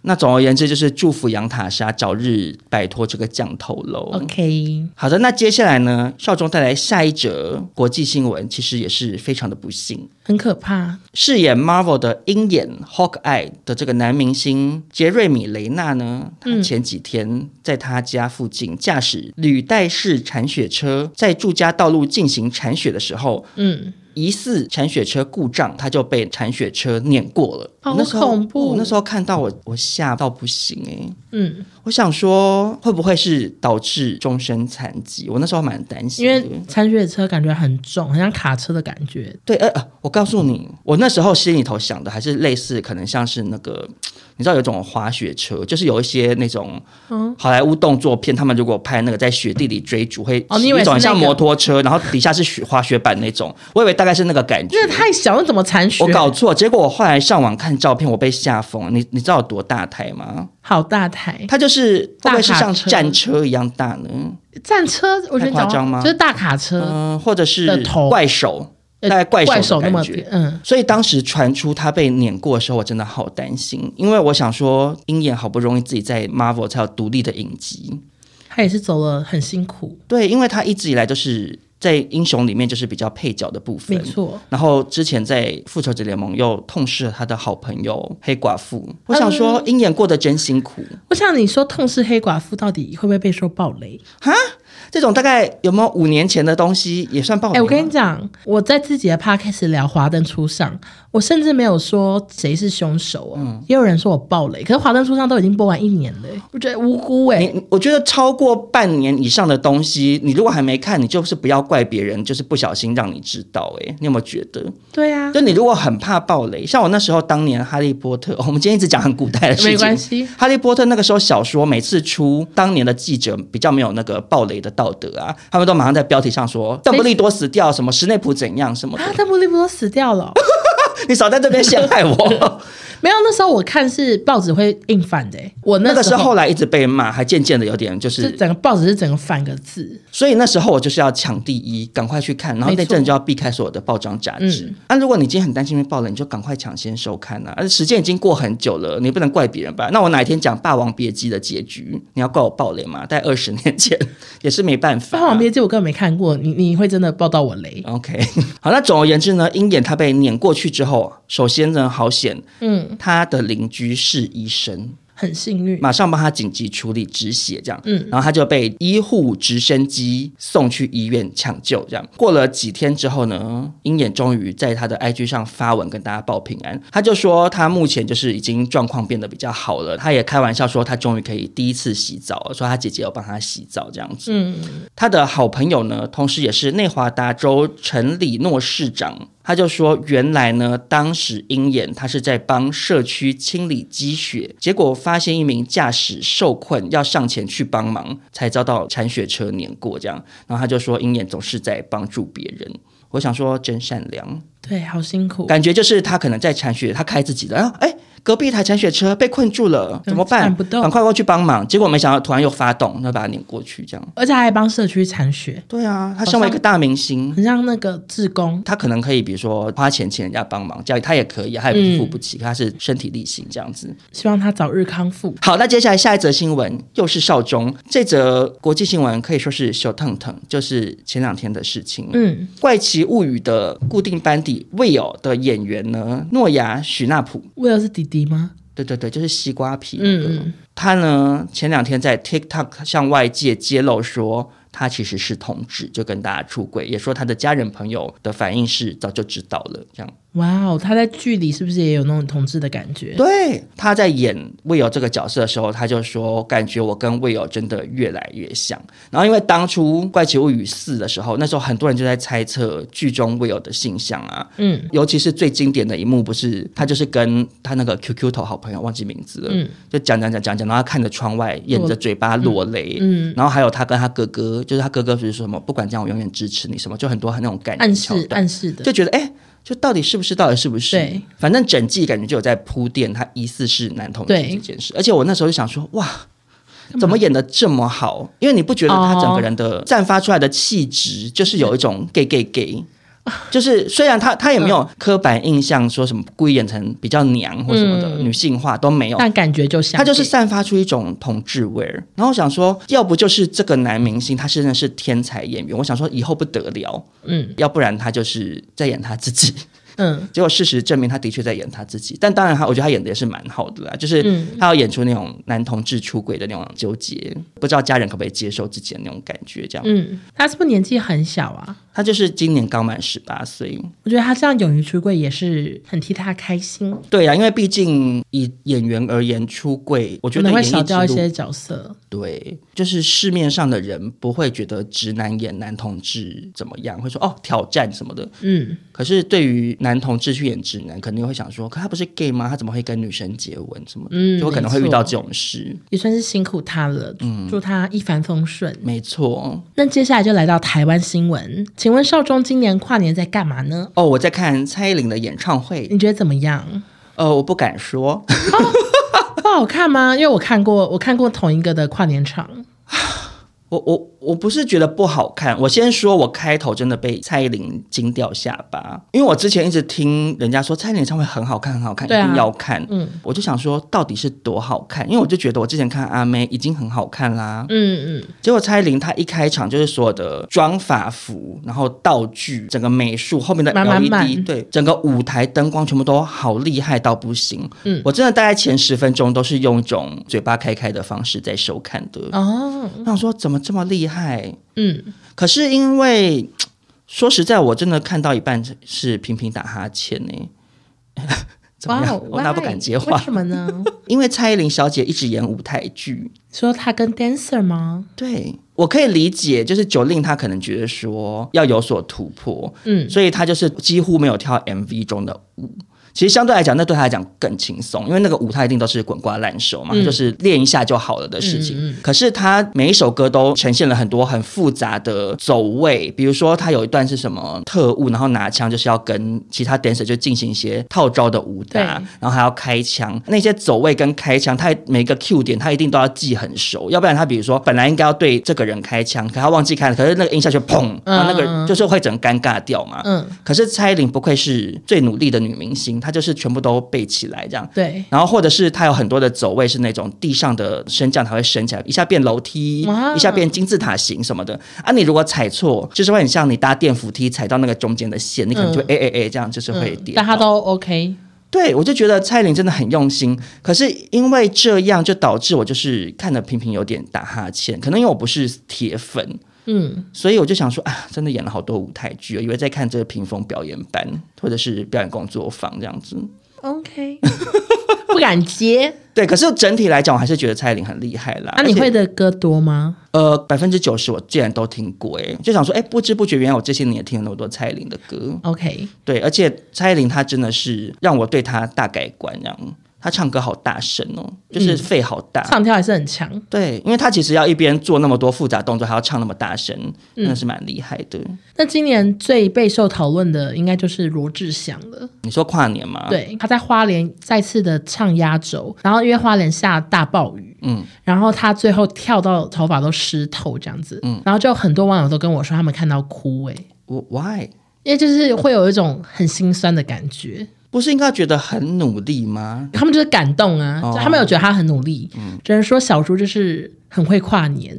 [SPEAKER 3] 那总而言之，就是祝福杨塔莎早日摆脱这个降头喽。
[SPEAKER 1] OK，
[SPEAKER 3] 好的，那接下来呢？少中带来下一则国际新闻，其实也是非常的不幸。
[SPEAKER 1] 很可怕，
[SPEAKER 3] 饰演 Marvel 的鹰眼 Hawkeye 的这个男明星杰瑞米·雷纳呢，
[SPEAKER 1] 嗯
[SPEAKER 3] 他前几天在他家附近驾驶履带式铲雪车，在住家道路进行铲雪的时候，
[SPEAKER 1] 嗯，
[SPEAKER 3] 疑似铲雪车故障，他就被铲雪车碾过了。
[SPEAKER 1] 哦好
[SPEAKER 3] 我那时候
[SPEAKER 1] 恐怖
[SPEAKER 3] 我那时候看到我，我吓到不行欸诶、
[SPEAKER 1] 嗯，
[SPEAKER 3] 我想说，会不会是导致终身残疾？我那时候蛮担心
[SPEAKER 1] 因
[SPEAKER 3] 的，
[SPEAKER 1] 为铲雪车感觉很重，很像卡车的感觉。
[SPEAKER 3] 对，呃，呃我告诉你，我那时候心里头想的还是类似，可能像是那个，你知道有一种滑雪车，就是有一些那种
[SPEAKER 1] 嗯
[SPEAKER 3] 好莱坞动作片，他们如果拍那个在雪地里追逐，会
[SPEAKER 1] 哦你
[SPEAKER 3] 骑
[SPEAKER 1] 以为
[SPEAKER 3] 一种
[SPEAKER 1] 是那
[SPEAKER 3] 像
[SPEAKER 1] 个
[SPEAKER 3] 摩托车，然后底下是雪滑雪板那种，我以为大概是那个感觉
[SPEAKER 1] 因。为太小，那怎么铲雪？
[SPEAKER 3] 我搞错，结果我后来上网看照片，我被吓疯。你你知道有多大台吗？
[SPEAKER 1] 好大台
[SPEAKER 3] 它就是会不会是
[SPEAKER 1] 哎大卡
[SPEAKER 3] 像
[SPEAKER 1] 车
[SPEAKER 3] 战车一样大呢？
[SPEAKER 1] 战车，我觉得你
[SPEAKER 3] 太
[SPEAKER 1] 讲
[SPEAKER 3] 夸张吗
[SPEAKER 1] 就是大卡车，
[SPEAKER 3] 嗯，或者
[SPEAKER 1] 的
[SPEAKER 3] 是
[SPEAKER 1] 头
[SPEAKER 3] 怪手，
[SPEAKER 1] 呃
[SPEAKER 3] 大概怪
[SPEAKER 1] 怪
[SPEAKER 3] 手
[SPEAKER 1] 手
[SPEAKER 3] 的
[SPEAKER 1] 那么
[SPEAKER 3] 感觉。
[SPEAKER 1] 嗯，
[SPEAKER 3] 所以当时传出他被碾过的时候，我真的好担心，因为我想说，鹰眼好不容易自己在 Marvel 才有独立的影集，
[SPEAKER 1] 他也是走了很辛苦，
[SPEAKER 3] 对，因为他一直以来都是在英雄里面就是比较配角的部
[SPEAKER 1] 没
[SPEAKER 3] 分。
[SPEAKER 1] 错。
[SPEAKER 3] 然后之前在复仇者联盟又痛失了他的好朋友黑寡妇，我想说鹰眼过得真辛苦，
[SPEAKER 1] 我想你说痛失黑寡妇到底会不会被说暴雷？
[SPEAKER 3] 这种大概有没有五年前的东西也算爆
[SPEAKER 1] 哎、
[SPEAKER 3] 雷吗？
[SPEAKER 1] 我跟你讲，我在自己的 podcast 聊《华灯初上》，我甚至没有说谁是凶手哦，也有人说我暴雷，可是《华灯初上》都已经播完一年了、我觉得无辜哎、
[SPEAKER 3] 你你我觉得超过半年以上的东西，你如果还没看，你就是不要怪别人，就是不小心让你知道、欸。哎，你有没有觉得？
[SPEAKER 1] 对啊，
[SPEAKER 3] 就你如果很怕暴雷，像我那时候当年《哈利波特》哦 我们今天一直讲很古代的事情，
[SPEAKER 1] 没关系
[SPEAKER 3] 哈利波特那个时候小说每次出，当年的记者比较没有那个暴雷的道德啊，他们都马上在标题上说邓布利多死掉，什么史内普怎样什么 的
[SPEAKER 1] 啊，，邓布利多死掉 了哦、
[SPEAKER 3] 你少在这边陷 害我。
[SPEAKER 1] 没有，那时候我看是报纸会印反的、欸，我
[SPEAKER 3] 那
[SPEAKER 1] 那
[SPEAKER 3] 个时
[SPEAKER 1] 时
[SPEAKER 3] 候后来一直被骂，还渐渐的有点就是是，
[SPEAKER 1] 整个报纸是整个反个字，
[SPEAKER 3] 所以那时候我就是要抢第一，赶快去看，然后
[SPEAKER 1] 没错
[SPEAKER 3] 那阵就要避开所有的报章杂志
[SPEAKER 1] 嗯。
[SPEAKER 3] 那、如果你今天很担心被爆了，你就赶快抢先收看啊！而时间已经过很久了，你不能怪别人吧？那我哪一天讲《霸王别姬》的结局，你要怪我暴雷吗？在二十年前也是没办法、啊
[SPEAKER 1] 《霸王别姬》我根本没看过，你你会真的报到我雷？
[SPEAKER 3] OK，好，那总而言之呢，鹰眼他被碾过去之后，首先呢，好险，
[SPEAKER 1] 嗯，
[SPEAKER 3] 他的邻居是医生，
[SPEAKER 1] 很幸运，
[SPEAKER 3] 马上帮他紧急处理止血，这样，
[SPEAKER 1] 嗯
[SPEAKER 3] 然后他就被医护直升机送去医院抢救，这样。过了几天之后呢，鹰眼终于在他的 IG 上发文跟大家报平安，他就说他目前就是已经状况变得比较好了，他也开玩笑说他终于可以第一次洗澡了，说他姐姐有帮他洗澡这样子，
[SPEAKER 1] 嗯，
[SPEAKER 3] 他的好朋友呢，同时也是内华达州城里诺市长，他就说，原来呢，当时鹰眼他是在帮社区清理积雪，结果发现一名驾驶受困，要上前去帮忙，才遭到铲雪车碾过，这样，然后他就说，鹰眼总是在帮助别人。我想说，真善良，
[SPEAKER 1] 对，好辛苦，
[SPEAKER 3] 感觉就是他可能在铲雪，他开自己的，啊，哎，隔壁一台铲雪车被困住了，怎么
[SPEAKER 1] 嗯
[SPEAKER 3] 办
[SPEAKER 1] 铲不？动
[SPEAKER 3] 赶快过去帮忙。结果没想到突然又发动，那把他碾过去，这样。
[SPEAKER 1] 而且还帮社区铲雪，
[SPEAKER 3] 对啊，他身为一个大明星，
[SPEAKER 1] 很像那个志工，
[SPEAKER 3] 他可能可以，比如说花钱请人家帮忙，这样他也可以，啊他也不是付不起，他是身体力行这样子。
[SPEAKER 1] 希望他早日康复。
[SPEAKER 3] 好，那接下来下一则新闻又是少中，这则国际新闻可以说是小腾腾，就是前两天的事情。
[SPEAKER 1] 嗯，
[SPEAKER 3] 怪奇物语》的固定班底 Will 的演员呢，诺亚许纳普，
[SPEAKER 1] 威尔是弟弟吗？
[SPEAKER 3] 对对对，就是西瓜皮、那个。
[SPEAKER 1] 嗯嗯，
[SPEAKER 3] 他呢前两天在 TikTok 向外界揭露说，他其实是同志，就跟大家出轨，也说他的家人朋友的反应是早就知道了，这样。
[SPEAKER 1] 哇哦，他在剧里是不是也有那种同志的感觉？
[SPEAKER 3] 对，他在演魏友这个角色的时候，他就说，感觉我跟魏友真的越来越像。然后因为当初《怪奇物语四》的时候，那时候很多人就在猜测剧中魏友的性向啊，
[SPEAKER 1] 嗯
[SPEAKER 3] 尤其是最经典的一幕，不是他就是跟他那个 QQ 头好朋友忘记名字了，
[SPEAKER 1] 嗯
[SPEAKER 3] 就讲讲讲讲讲，然后他看着窗外，掩着嘴巴落泪，
[SPEAKER 1] 嗯，
[SPEAKER 3] 然后还有他跟他哥哥，就是他哥哥不是说什么不管这样我永远支持你什么，就很多那种感
[SPEAKER 1] 暗
[SPEAKER 3] 情桥
[SPEAKER 1] 示
[SPEAKER 3] 段，
[SPEAKER 1] 暗示的
[SPEAKER 3] 就，觉得哎。诶就到底是不是？到底是不是？
[SPEAKER 1] 对，
[SPEAKER 3] 反正整季感觉就有在铺垫，他疑似是男同志
[SPEAKER 1] 对
[SPEAKER 3] 这件事。而且我那时候就想说，哇，怎么演的这么好？因为你不觉得他整个人
[SPEAKER 1] 哦
[SPEAKER 3] 的散发出来的气质，就是有一种 gay gay gay，就是虽然他他也没
[SPEAKER 1] 嗯
[SPEAKER 3] 有刻板印象，说什么故意演成比较娘或什么的、
[SPEAKER 1] 嗯
[SPEAKER 3] 女性化都没有，
[SPEAKER 1] 但感觉就像
[SPEAKER 3] 他就是散发出一种同志味儿。然后我想说，要不就是这个男明星他真的是天才演员，我想说以后不得了，
[SPEAKER 1] 嗯
[SPEAKER 3] 要不然他就是在演他自己。
[SPEAKER 1] 嗯
[SPEAKER 3] 结果事实证明，他的确在演他自己。但当然他，我觉得他演的也是蛮好的啦，就是
[SPEAKER 1] 嗯
[SPEAKER 3] 他要演出那种男同志出轨的那种纠结，不知道家人可不可以接受自己的那种感觉。这样，
[SPEAKER 1] 嗯，他是不是年纪很小啊？
[SPEAKER 3] 他就是今年刚满十八岁。
[SPEAKER 1] 我觉得他这样勇于出柜也是很替他开心，
[SPEAKER 3] 对啊，因为毕竟以演员而言，出轨我觉
[SPEAKER 1] 可
[SPEAKER 3] 得
[SPEAKER 1] 能会
[SPEAKER 3] 演艺
[SPEAKER 1] 少掉一
[SPEAKER 3] 之路
[SPEAKER 1] 些角色。
[SPEAKER 3] 对，就是市面上的人不会觉得直男演男同志怎么样，会说哦挑战什么的。
[SPEAKER 1] 嗯，
[SPEAKER 3] 可是对于男同志去演直男，肯定会想说，可他不是 gay 吗？他怎么会跟女生结吻什么的？
[SPEAKER 1] 嗯
[SPEAKER 3] 就会可能会遇到
[SPEAKER 1] 没错
[SPEAKER 3] 这种事。
[SPEAKER 1] 也算是辛苦他了，
[SPEAKER 3] 嗯
[SPEAKER 1] 祝他一帆风顺。
[SPEAKER 3] 没错。
[SPEAKER 1] 那接下来就来到台湾新闻，请问少中今年跨年在干嘛呢？
[SPEAKER 3] 哦，我在看蔡依林的演唱会，
[SPEAKER 1] 你觉得怎么样？
[SPEAKER 3] 呃，我不敢说，
[SPEAKER 1] 不好看吗？因为我看过，我看过同一个的跨年场，
[SPEAKER 3] 我我我不是觉得不好看，我先说，我开头真的被蔡依林惊掉下巴，因为我之前一直听人家说蔡依林演唱会很好看，很好看，
[SPEAKER 1] 对啊
[SPEAKER 3] 一定要看，
[SPEAKER 1] 嗯
[SPEAKER 3] 我就想说到底是多好看，因为我就觉得我之前看阿妹已经很好看啦，
[SPEAKER 1] 嗯嗯，
[SPEAKER 3] 结果蔡依林她一开场就是所有的妆法服，然后道具，整个美术后面的 LED，
[SPEAKER 1] 满满满
[SPEAKER 3] 对，整个舞台灯光全部都好厉害到不行。
[SPEAKER 1] 嗯
[SPEAKER 3] 我真的大概前十分钟都是用一种嘴巴开开的方式在收看的。
[SPEAKER 1] 哦，
[SPEAKER 3] 我想说怎么这么厉害？
[SPEAKER 1] 嗯，
[SPEAKER 3] 可是因为说实在，我真的看到一半是频频打哈欠呢、 怎么样
[SPEAKER 1] 哦
[SPEAKER 3] 我那不敢
[SPEAKER 1] why？
[SPEAKER 3] 接话
[SPEAKER 1] 为什么 呢？
[SPEAKER 3] 因为蔡依林小姐一直演舞台剧，
[SPEAKER 1] 说他跟 dancer 吗？
[SPEAKER 3] 对我可以理解，就是九令她可能觉得说要有所突破，
[SPEAKER 1] 嗯，
[SPEAKER 3] 所以她就是几乎没有跳 MV 中的舞。其实相对来讲，那对她来讲更轻松，因为那个舞她一定都是滚瓜烂熟嘛，
[SPEAKER 1] 嗯
[SPEAKER 3] 就是练一下就好了的事情。
[SPEAKER 1] 嗯嗯嗯
[SPEAKER 3] 可是她每一首歌都呈现了很多很复杂的走位，比如说她有一段是什么特务，然后拿枪就是要跟其他 dancer 就进行一些套招的武打
[SPEAKER 1] 对，
[SPEAKER 3] 然后还要开枪，那些走位跟开枪，他每个 Q 点他一定都要记很熟，要不然他比如说本来应该要对这个人开枪，可他忘记开了，可是那个音效就砰，然后那个
[SPEAKER 1] 嗯
[SPEAKER 3] 人就是会整个尴尬掉嘛。
[SPEAKER 1] 嗯，
[SPEAKER 3] 可是蔡依林不愧是最努力的女明星，她就是全部都背起来这样。
[SPEAKER 1] 对，
[SPEAKER 3] 然后或者是她有很多的走位是那种地上的升降，它会升起来，一下变楼梯
[SPEAKER 1] 哇，
[SPEAKER 3] 一下变金字塔形什么的。啊，你如果踩错，就是会很像你搭电扶梯踩到那个中间的线，你可能就
[SPEAKER 1] 嗯
[SPEAKER 3] 哎哎哎这样就是会
[SPEAKER 1] 嗯
[SPEAKER 3] 跌、
[SPEAKER 1] 但他都 OK，
[SPEAKER 3] 对，我就觉得蔡依林真的很用心，可是因为这样就导致我就是看的频频有点打哈欠，可能因为我不是铁粉，
[SPEAKER 1] 嗯，
[SPEAKER 3] 所以我就想说啊，真的演了好多舞台剧，以为在看这个屏风表演班或者是表演工作坊这样子。
[SPEAKER 1] OK，不 敢接。
[SPEAKER 3] 对，可是整体来讲，我还是觉得蔡依林很厉害啦。
[SPEAKER 1] 那、你
[SPEAKER 3] 而且
[SPEAKER 1] 会的歌多吗？
[SPEAKER 3] 呃百分之九十我竟然都听过哎、就想说哎、不知不觉原来我这些年也听了那么多蔡依林的歌。
[SPEAKER 1] ？OK，
[SPEAKER 3] 对，而且蔡依林她真的是让我对她大改观，这样她唱歌好大声哦，就是肺好大。
[SPEAKER 1] 嗯唱跳还是很强。
[SPEAKER 3] 对，因为他其实要一边做那么多复杂动作，还要唱那么大声，
[SPEAKER 1] 嗯
[SPEAKER 3] 真的是蛮厉害的。
[SPEAKER 1] 那今年最备受讨论的应该就是罗志祥了。
[SPEAKER 3] 你说跨年吗？，
[SPEAKER 1] 对，他在花莲再次的唱压轴，然后因为花莲下大暴雨，
[SPEAKER 3] 嗯，
[SPEAKER 1] 然后他最后跳到头发都湿透这样子，嗯，然后就很多网友都跟我说他们看到哭哎、
[SPEAKER 3] 我 why
[SPEAKER 1] 因为就是会有一种很心酸的感觉，
[SPEAKER 3] 不是应该觉得很努力吗？
[SPEAKER 1] 他们就是感动啊，就他们有觉得他很努
[SPEAKER 3] 哦
[SPEAKER 1] 力，
[SPEAKER 3] 嗯
[SPEAKER 1] 只能说小猪就是很会跨 年，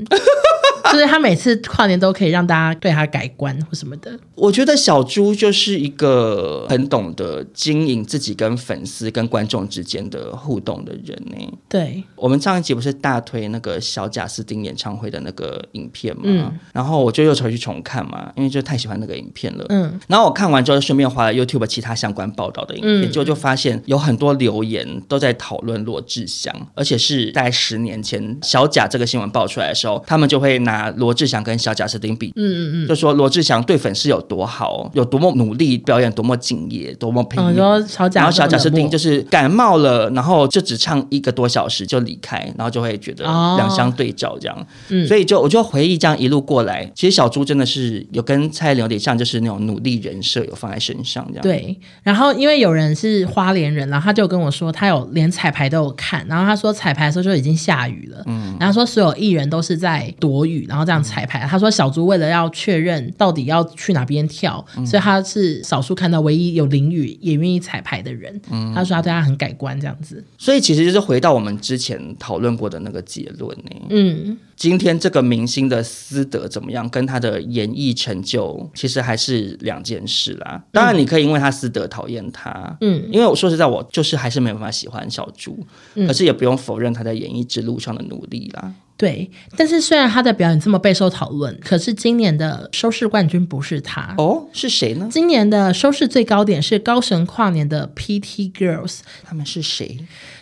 [SPEAKER 1] 就是他每次跨年都可以让大家对他改观或什么的，
[SPEAKER 3] 我觉得小猪就是一个很懂得经营自己跟粉丝跟观众之间的互动的人呢、
[SPEAKER 1] 对，
[SPEAKER 3] 我们上一集不是大推那个小贾斯汀演唱会的那个影片嘛，
[SPEAKER 1] 嗯
[SPEAKER 3] 然后我就又回去重看嘛，因为就太喜欢那个影片了。
[SPEAKER 1] 嗯，
[SPEAKER 3] 然后我看完之后，顺便划了 YouTube 其他相关报道的影片，
[SPEAKER 1] 嗯
[SPEAKER 3] 结果就发现有很多留言都在讨论罗志祥，而且是在十年前小贾这个新闻爆出来的时候，他们就会拿罗志祥跟小贾斯汀比，
[SPEAKER 1] 嗯嗯嗯。
[SPEAKER 3] 就说罗志祥对粉丝有多好，有多么努力表演，多么敬业，多么拼
[SPEAKER 1] 嗯，
[SPEAKER 3] 命。
[SPEAKER 1] 然后小贾，
[SPEAKER 3] 呃然后小贾斯汀就是是感冒了，然后就只唱一个多小时就离开，然后就会觉得
[SPEAKER 1] 哦
[SPEAKER 3] 两相对照这样。
[SPEAKER 1] 嗯
[SPEAKER 3] 所以就我就回忆这样一路过来，其实小猪真的是有跟蔡依林有点像，就是那种努力人设有放在身上这样。，
[SPEAKER 1] 对，然后因为有人是花莲人，然后他就跟我说，他有连彩排都有看，然后他说彩排的时候就已经下雨了，嗯，然后说所有艺人都是在躲雨，然后这样彩排。他说小猪为了要确认到底要去哪边跳，所以他是少数看到唯一有淋雨也愿意彩排的人。他说他对他很改观这样子，
[SPEAKER 3] 所以其实就是回到我们之前讨论过的那个结论呢、
[SPEAKER 1] 嗯，
[SPEAKER 3] 今天这个明星的私德怎么样，跟他的演艺成就其实还是两件事啦。当然，你可以因为他私德讨厌他，
[SPEAKER 1] 嗯嗯
[SPEAKER 3] 嗯，因为我说实在，我就是还是没有办法喜欢小猪，可是也不用否认他在演艺之路上的努力啦。
[SPEAKER 1] 对。但是虽然他的表演这么备受讨论，可是今年的收视冠军不是他，
[SPEAKER 3] 哦，是谁呢？
[SPEAKER 1] 今年的收视最高点是高雄跨年的 PT Girls，
[SPEAKER 3] 他们是谁？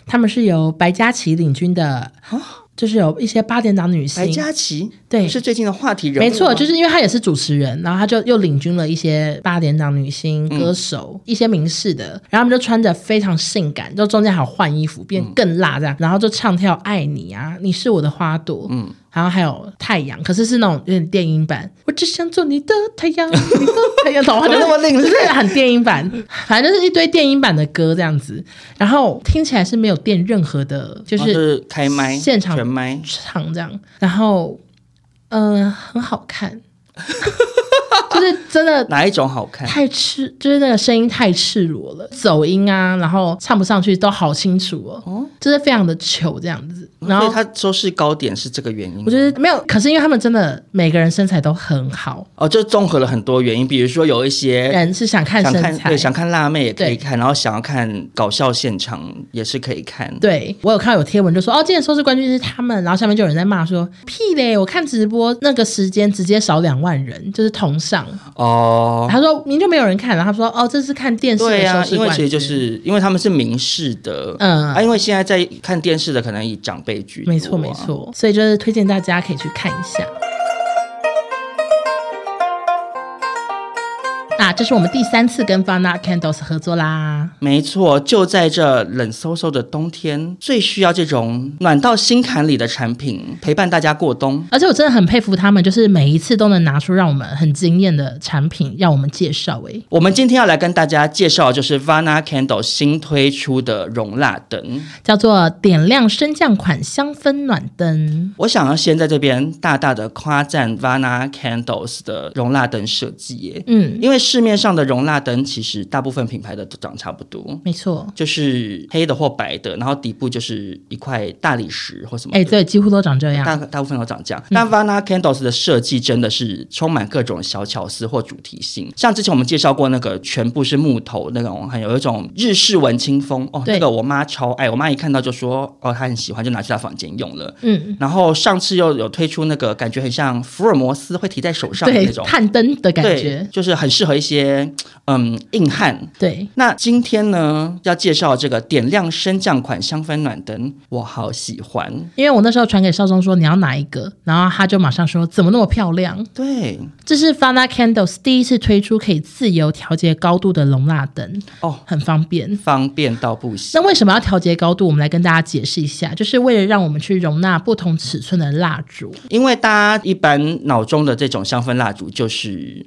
[SPEAKER 1] 他们是由白嘉琪领军的，就是有一些八点档女
[SPEAKER 3] 哦白
[SPEAKER 1] 星。
[SPEAKER 3] 嘉琪，
[SPEAKER 1] 对
[SPEAKER 3] 是最近的话题人物吗，
[SPEAKER 1] 没错，就是因为她也是主持人，然后她就又领军了一些八点档女星、歌手、
[SPEAKER 3] 嗯
[SPEAKER 1] 一些名士的，然后他们就穿着非常性感，就中间还有换衣服
[SPEAKER 3] 嗯
[SPEAKER 1] 变更辣这样，然后就唱跳《爱你》啊，《你是我的花朵》，嗯，然后还有太阳，可是是那种有点电音版，我只想做你的太阳，你的太阳，懂吗？
[SPEAKER 3] 怎么 那么另
[SPEAKER 1] 就
[SPEAKER 3] 类
[SPEAKER 1] 是很电音版，反正就是一堆电音版的歌这样子，然后听起来是没有垫任何的，就
[SPEAKER 3] 哦就是是开麦
[SPEAKER 1] 现场
[SPEAKER 3] 全麦，
[SPEAKER 1] 唱这样，然后嗯、呃很好看， 就是真的
[SPEAKER 3] 哪一种好看？
[SPEAKER 1] 太赤，就是那个声音太赤裸了，走音啊，然后唱不上去都好清楚哦，就是非常的糗这样子。然
[SPEAKER 3] 哦所以
[SPEAKER 1] 后
[SPEAKER 3] 他收视高点是这个原因
[SPEAKER 1] 我
[SPEAKER 3] 吗。
[SPEAKER 1] 觉得没有，可是因为他们真的每个人身材都很好，
[SPEAKER 3] 哦，就综合了很多原因，比如说有一些
[SPEAKER 1] 人是想看
[SPEAKER 3] 想
[SPEAKER 1] 身
[SPEAKER 3] 看
[SPEAKER 1] 材
[SPEAKER 3] 对，。想看辣妹也可以
[SPEAKER 1] 对
[SPEAKER 3] 看，然后想要看搞笑现场也是可以看。
[SPEAKER 1] 对我有看到有贴文就说哦，今年收视冠军是他们，然后下面就有人在骂说屁嘞，我看直播那个时间直接少两万人，就是同上，
[SPEAKER 3] 哦，
[SPEAKER 1] 他说明就没有人看，然后他说哦，这是看电视
[SPEAKER 3] 对
[SPEAKER 1] 的收
[SPEAKER 3] 呀、
[SPEAKER 1] 视
[SPEAKER 3] 因为
[SPEAKER 1] 冠
[SPEAKER 3] 其实
[SPEAKER 1] 军，
[SPEAKER 3] 就是因为他们是明视的，
[SPEAKER 1] 嗯
[SPEAKER 3] 啊，因为现在在看电视的可能以长辈居多、啊
[SPEAKER 1] 没错没。错，所以就是推荐大家可以去看一下。啊，这是我们第三次跟 Fun Art Candles 合作啦。
[SPEAKER 3] 没错，就在这冷飕飕的冬天，最需要这种暖到心坎里的产品陪伴大家过冬。
[SPEAKER 1] 而且我真的很佩服他们，就是每一次都能拿出让我们很惊艳的产品让我们介绍、欸。
[SPEAKER 3] 我们今天要来跟大家介绍，就是 Vana Candle 新推出的容蜡灯。
[SPEAKER 1] 叫做点亮升降款香氛暖灯。
[SPEAKER 3] 我想要先在这边大大的夸赞 Vana Candles 的容蜡灯设计耶，
[SPEAKER 1] 嗯，
[SPEAKER 3] 因为市面上的容蜡灯其实大部分品牌的都长差不多，
[SPEAKER 1] 没错。
[SPEAKER 3] 就是黑的或白的，然后底部就是一块大理石或什么的。
[SPEAKER 1] 哎、对，几乎都长这嗯
[SPEAKER 3] 大
[SPEAKER 1] 样。
[SPEAKER 3] 大部分都长这样，但 Vana Candles 的设计真的是充满各种小巧思或主题性。像之前我们介绍过那个全部是木头那种，很有一种日式文青风哦。
[SPEAKER 1] 对
[SPEAKER 3] 那个我妈超爱，我妈一看到就说哦，她很喜欢，就拿去她房间用了。
[SPEAKER 1] 嗯，
[SPEAKER 3] 然后上次又有推出那个感觉很像福尔摩斯会提在手上的
[SPEAKER 1] 对
[SPEAKER 3] 那，种，
[SPEAKER 1] 探灯的感
[SPEAKER 3] 对
[SPEAKER 1] 觉，。
[SPEAKER 3] 就是很适合一些嗯硬汉
[SPEAKER 1] 对，
[SPEAKER 3] 那今天呢，要介绍这个点亮升降款香氛暖灯，我好喜欢。
[SPEAKER 1] 因为我那时候传给少宗说你要哪一个，然后他就马上说怎么那么漂亮。
[SPEAKER 3] 对，
[SPEAKER 1] 这是 Fana Candles 第一次推出可以自由调节高度的容蜡灯，
[SPEAKER 3] 哦，
[SPEAKER 1] 很方便。
[SPEAKER 3] 方便到不行。
[SPEAKER 1] 那为什么要调节高度？我们来跟大家解释一下，就是为了让我们去容纳不同尺寸的蜡 烛。
[SPEAKER 3] 因为大家一般脑中的这种香氛蜡烛，就是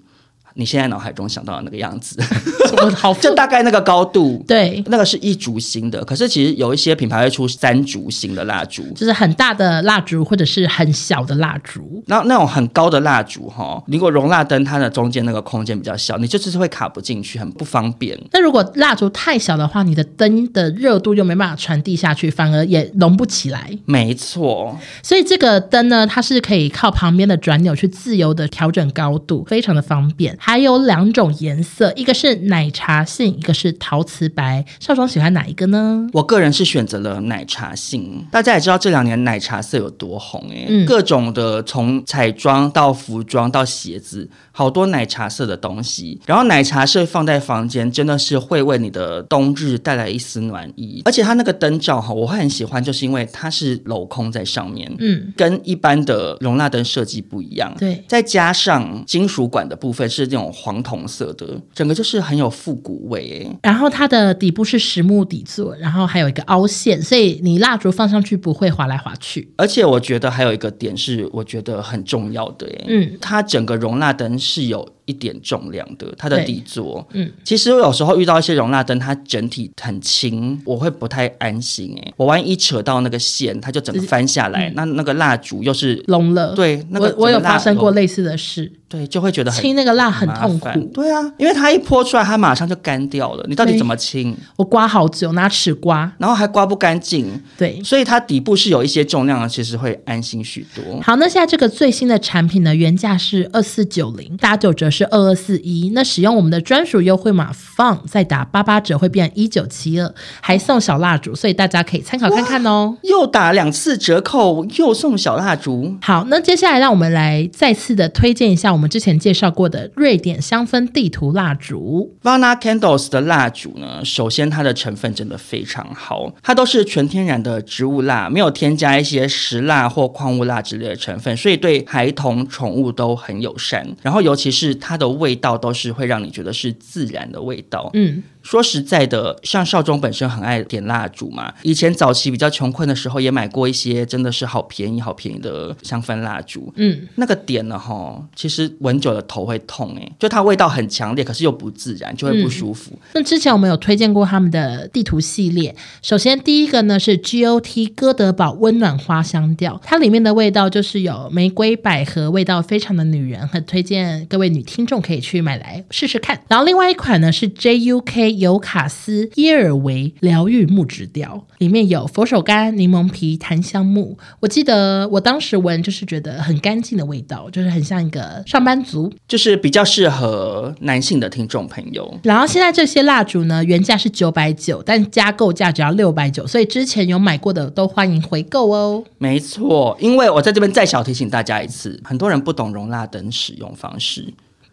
[SPEAKER 3] 你现在脑海中想到的那个样子，
[SPEAKER 1] 我好复
[SPEAKER 3] 就大概那个高度。
[SPEAKER 1] 对，
[SPEAKER 3] 那个是一烛型的，可是其实有一些品牌会出三烛型的蜡烛，
[SPEAKER 1] 就是很大的蜡烛或者是很小的蜡烛。
[SPEAKER 3] 然后那种很高的蜡烛哈，如果容蜡灯它的中间那个空间比较小，你就是会卡不进去，很不方便。
[SPEAKER 1] 那如果蜡烛太小的话，你的灯的热度又没办法传递下去，反而也融不起来。
[SPEAKER 3] 没错，
[SPEAKER 1] 所以这个灯呢，它是可以靠旁边的转钮去自由的调整高度，非常的方便。还有两种颜色，一个是奶茶杏，一个是陶瓷白。少庄喜欢哪一个呢？
[SPEAKER 3] 我个人是选择了奶茶杏，大家也知道这两年奶茶色有多红诶、
[SPEAKER 1] 嗯
[SPEAKER 3] 各种的从彩妆到服装到鞋子，好多奶茶色的东西。然后奶茶色放在房间，真的是会为你的冬日带来一丝暖意。而且它那个灯罩哈，我会很喜欢，就是因为它是镂空在上面，
[SPEAKER 1] 嗯，
[SPEAKER 3] 跟一般的容蜡灯设计不一样。
[SPEAKER 1] 对
[SPEAKER 3] 再加上金属管的部分是那种黄铜色的，整个就是很有复古味诶、
[SPEAKER 1] 然后它的底部是实木底座，然后还有一个凹陷，所以你蜡烛放上去不会滑来滑去。
[SPEAKER 3] 而且我觉得还有一个点是，我觉得很重要的耶，
[SPEAKER 1] 嗯，
[SPEAKER 3] 它整个容纳灯是有一点重量的，它的
[SPEAKER 1] 对
[SPEAKER 3] 底座，
[SPEAKER 1] 嗯，
[SPEAKER 3] 其实我有时候遇到一些容纳灯，它整体很轻，我会不太安心哎，我万一扯到那个线，它就整个翻下来，那那个蜡烛又是
[SPEAKER 1] 聋了，
[SPEAKER 3] 对那个
[SPEAKER 1] 嗯我我有
[SPEAKER 3] 整个蜡
[SPEAKER 1] 发生过
[SPEAKER 3] 笼
[SPEAKER 1] 类似的事，
[SPEAKER 3] 对，就会觉得很
[SPEAKER 1] 清那个蜡很
[SPEAKER 3] 麻
[SPEAKER 1] 痛
[SPEAKER 3] 烦
[SPEAKER 1] 苦。
[SPEAKER 3] 对啊，因为它一泼出来，它马上就干掉了，你到底
[SPEAKER 1] 对
[SPEAKER 3] 怎么清？
[SPEAKER 1] 我刮好久，拿尺刮。
[SPEAKER 3] 然后还刮不干净，
[SPEAKER 1] 对，
[SPEAKER 3] 所以它底部是有一些重量的，其实会安心许多。
[SPEAKER 1] 好，那现在这个最新的产品呢，原价是二四九零，打九折是二二四一。那使用我们的专属优惠码 FUN 再打八八折会变一九七二，还送小蜡烛，所以大家可以参考看看哦。
[SPEAKER 3] 又打两次折扣，又送小蜡烛。
[SPEAKER 1] 好，那接下来让我们来再次的推荐一下我们之前介绍过的瑞典香氛地图蜡烛。
[SPEAKER 3] Vana Candles 的蜡烛呢，首先它的成分真的非常好，它都是全天然的植物蜡，没有添加一些石蜡或矿物蜡之类的成分，所以对孩童、宠物都很友善。然后尤其是它的味道，都是会让你觉得是自然的味道。
[SPEAKER 1] 嗯，
[SPEAKER 3] 说实在的，像少中本身很爱点蜡烛嘛，以前早期比较穷困的时候，也买过一些真的是好便宜、好便宜的香氛蜡烛。
[SPEAKER 1] 嗯，
[SPEAKER 3] 那个点呢，哈，其实闻久了头会痛、欸，就它味道很强烈，可是又不自然，就会不舒服。
[SPEAKER 1] 那之前我们有推荐过他们的地图系列。首先第一个呢是 GOT 哥德堡温暖花香调，它里面的味道就是有玫瑰、百合，味道非常的女人，很推荐各位女听众可以去买来试试看。然后另外一款呢是 JUK 尤卡斯耶尔维疗愈木质调，里面有佛手柑、柠檬皮、檀香木。我记得我当时闻就是觉得很干净的味道，就是很像一个上班族
[SPEAKER 3] 就是比较适合男性的听众朋友。
[SPEAKER 1] 然后现在这些蜡烛呢，原价是九百九，但加购价只要六百九，所以之前有买过的都欢迎回购哦。
[SPEAKER 3] 没错，因为我在这边再小提醒大家一次，很多人不懂容蜡灯使用方式。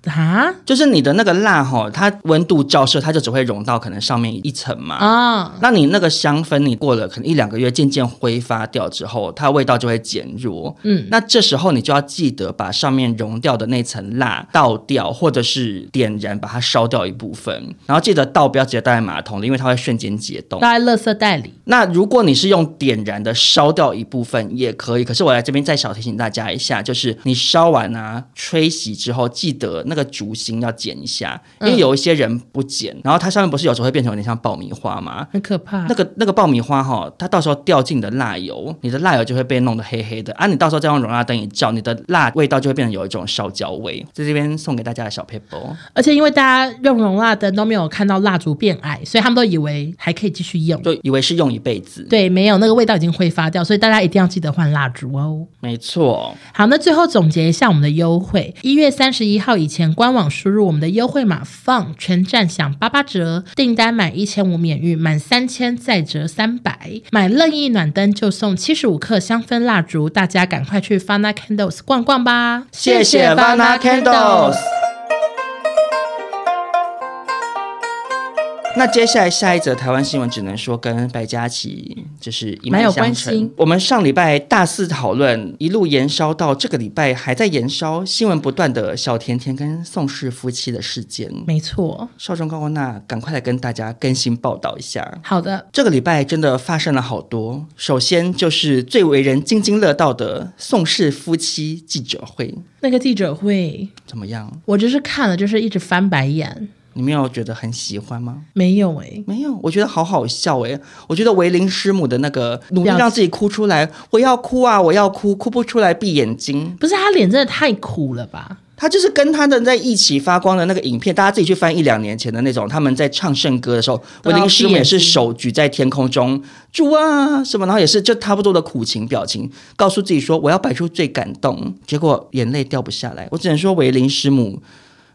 [SPEAKER 1] 啊
[SPEAKER 3] 就是你的那个蜡哈，它温度照射，它就只会融到可能上面一层嘛。
[SPEAKER 1] 啊，
[SPEAKER 3] 那你那个香氛，你过了可能一两个月，渐渐挥发掉之后，它味道就会减弱。
[SPEAKER 1] 嗯，
[SPEAKER 3] 那这时候你就要记得把上面融掉的那层蜡倒掉，或者是点燃把它烧掉一部分，然后记得倒不要直接倒在马桶里，因为它会瞬间解冻。
[SPEAKER 1] 倒在垃圾袋里。
[SPEAKER 3] 那如果你是用点燃的烧掉一部分也可以，可是我来这边再小提醒大家一下，就是你烧完啊，吹洗之后，记得那个烛芯要剪一下，因为
[SPEAKER 1] 嗯
[SPEAKER 3] 有一些人不剪，然后它上面不是有时候会变成有点像爆米花吗？
[SPEAKER 1] 很可怕。
[SPEAKER 3] 那个那个爆米花哈、它到时候掉进你的蜡油，你的蜡油就会被弄得黑黑的啊！你到时候再用容蜡灯一照，你的蜡味道就会变成有一种烧焦味。在这边送给大家的小 paper，
[SPEAKER 1] 而且因为大家用容蜡灯都没有看到蜡烛变矮，所以他们都以为还可以继续用。
[SPEAKER 3] 就以为是用一辈子，
[SPEAKER 1] 对，没有那个味道已经挥发掉，所以大家一定要记得换蜡烛哦。
[SPEAKER 3] 没错，
[SPEAKER 1] 好，那最后总结一下我们的优惠：一月三十一号以前，官网输入我们的优惠码 “fun” 全站享八八折，订单满一千五免运，满三千再折三百。买任意暖灯就送七十五克香氛蜡烛，大家赶快去 Fana Candles 逛逛吧！
[SPEAKER 3] 谢谢 Vana Candles。那接下来下一则台湾新闻，只能说跟白嘉琪就是一脉
[SPEAKER 1] 蛮有
[SPEAKER 3] 相
[SPEAKER 1] 关
[SPEAKER 3] 承
[SPEAKER 1] 系。
[SPEAKER 3] 我们上礼拜大肆讨论，一路延烧到这个礼拜还在延烧，新闻不断的小甜甜跟宋氏夫妻的事件。
[SPEAKER 1] 没错，
[SPEAKER 3] 少中高光娜，赶快来跟大家更新报道一下。
[SPEAKER 1] 好的，
[SPEAKER 3] 这个礼拜真的发生了好多，首先就是最为人津津乐道的宋氏夫妻记者会，
[SPEAKER 1] 那个记者会
[SPEAKER 3] 怎么样？
[SPEAKER 1] 我就是看了，就是一直翻白眼。
[SPEAKER 3] 你没有觉得很喜欢吗？
[SPEAKER 1] 没有哎、
[SPEAKER 3] 没有，我觉得好好笑诶、我觉得维林师母的那个努力
[SPEAKER 1] 表情
[SPEAKER 3] 让自己哭出来，我要哭啊，我要哭，哭不出来闭眼睛。
[SPEAKER 1] 不是他脸真的太苦了吧？
[SPEAKER 3] 他就是跟他的在一起发光的那个影片，大家自己去翻一两年前的那种，他们在唱圣歌的时候，
[SPEAKER 1] 都
[SPEAKER 3] 维
[SPEAKER 1] 要
[SPEAKER 3] 林师母也
[SPEAKER 1] 闭
[SPEAKER 3] 是
[SPEAKER 1] 眼睛
[SPEAKER 3] 手举在天空中，主啊什么，然后也是就差不多的苦情表情，告诉自己说我要摆出最感动，结果眼泪掉不下来。我只能说维林师母，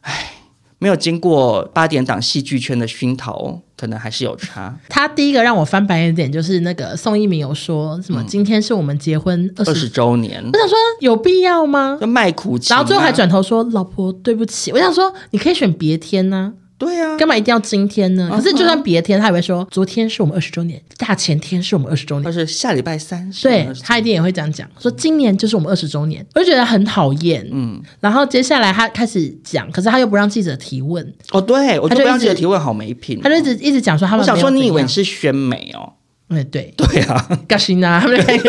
[SPEAKER 3] 唉，没有经过八点档戏剧圈的熏陶，可能还是有差。
[SPEAKER 1] 他第一个让我翻白眼的点就是那个宋一鸣有说什么、今天是我们结婚二
[SPEAKER 3] 嗯二
[SPEAKER 1] 十
[SPEAKER 3] 十，周年
[SPEAKER 1] 我，想说有必要吗？
[SPEAKER 3] 就卖苦情、啊，
[SPEAKER 1] 然后最后还转头说老婆对不起，我想说你可以选别天呢、
[SPEAKER 3] 对啊，
[SPEAKER 1] 干嘛一定要今天呢？
[SPEAKER 3] 哦
[SPEAKER 1] 可是就算别天，他也会说昨天是我们二十周年，大前天是我们二十周
[SPEAKER 3] 他
[SPEAKER 1] 年。
[SPEAKER 3] 是下礼拜三是
[SPEAKER 1] 对
[SPEAKER 3] 吗
[SPEAKER 1] 他一定也会这样讲，说今年就是我们二十周年，我就觉得很讨厌。嗯，然后接下来他开始讲，可是他又不让记者提问，
[SPEAKER 3] 哦，对我
[SPEAKER 1] 他
[SPEAKER 3] 就
[SPEAKER 1] 就
[SPEAKER 3] 不要
[SPEAKER 1] 一
[SPEAKER 3] 记得
[SPEAKER 1] 直
[SPEAKER 3] 提问，好没品哦、
[SPEAKER 1] 他就一直一直讲说他
[SPEAKER 3] 我
[SPEAKER 1] 们没有
[SPEAKER 3] 想
[SPEAKER 1] 怎
[SPEAKER 3] 说，
[SPEAKER 1] 样。
[SPEAKER 3] 你以为你是宣美哦？
[SPEAKER 1] 哎，对，
[SPEAKER 3] 对啊，
[SPEAKER 1] 嘎西娜他们就可以。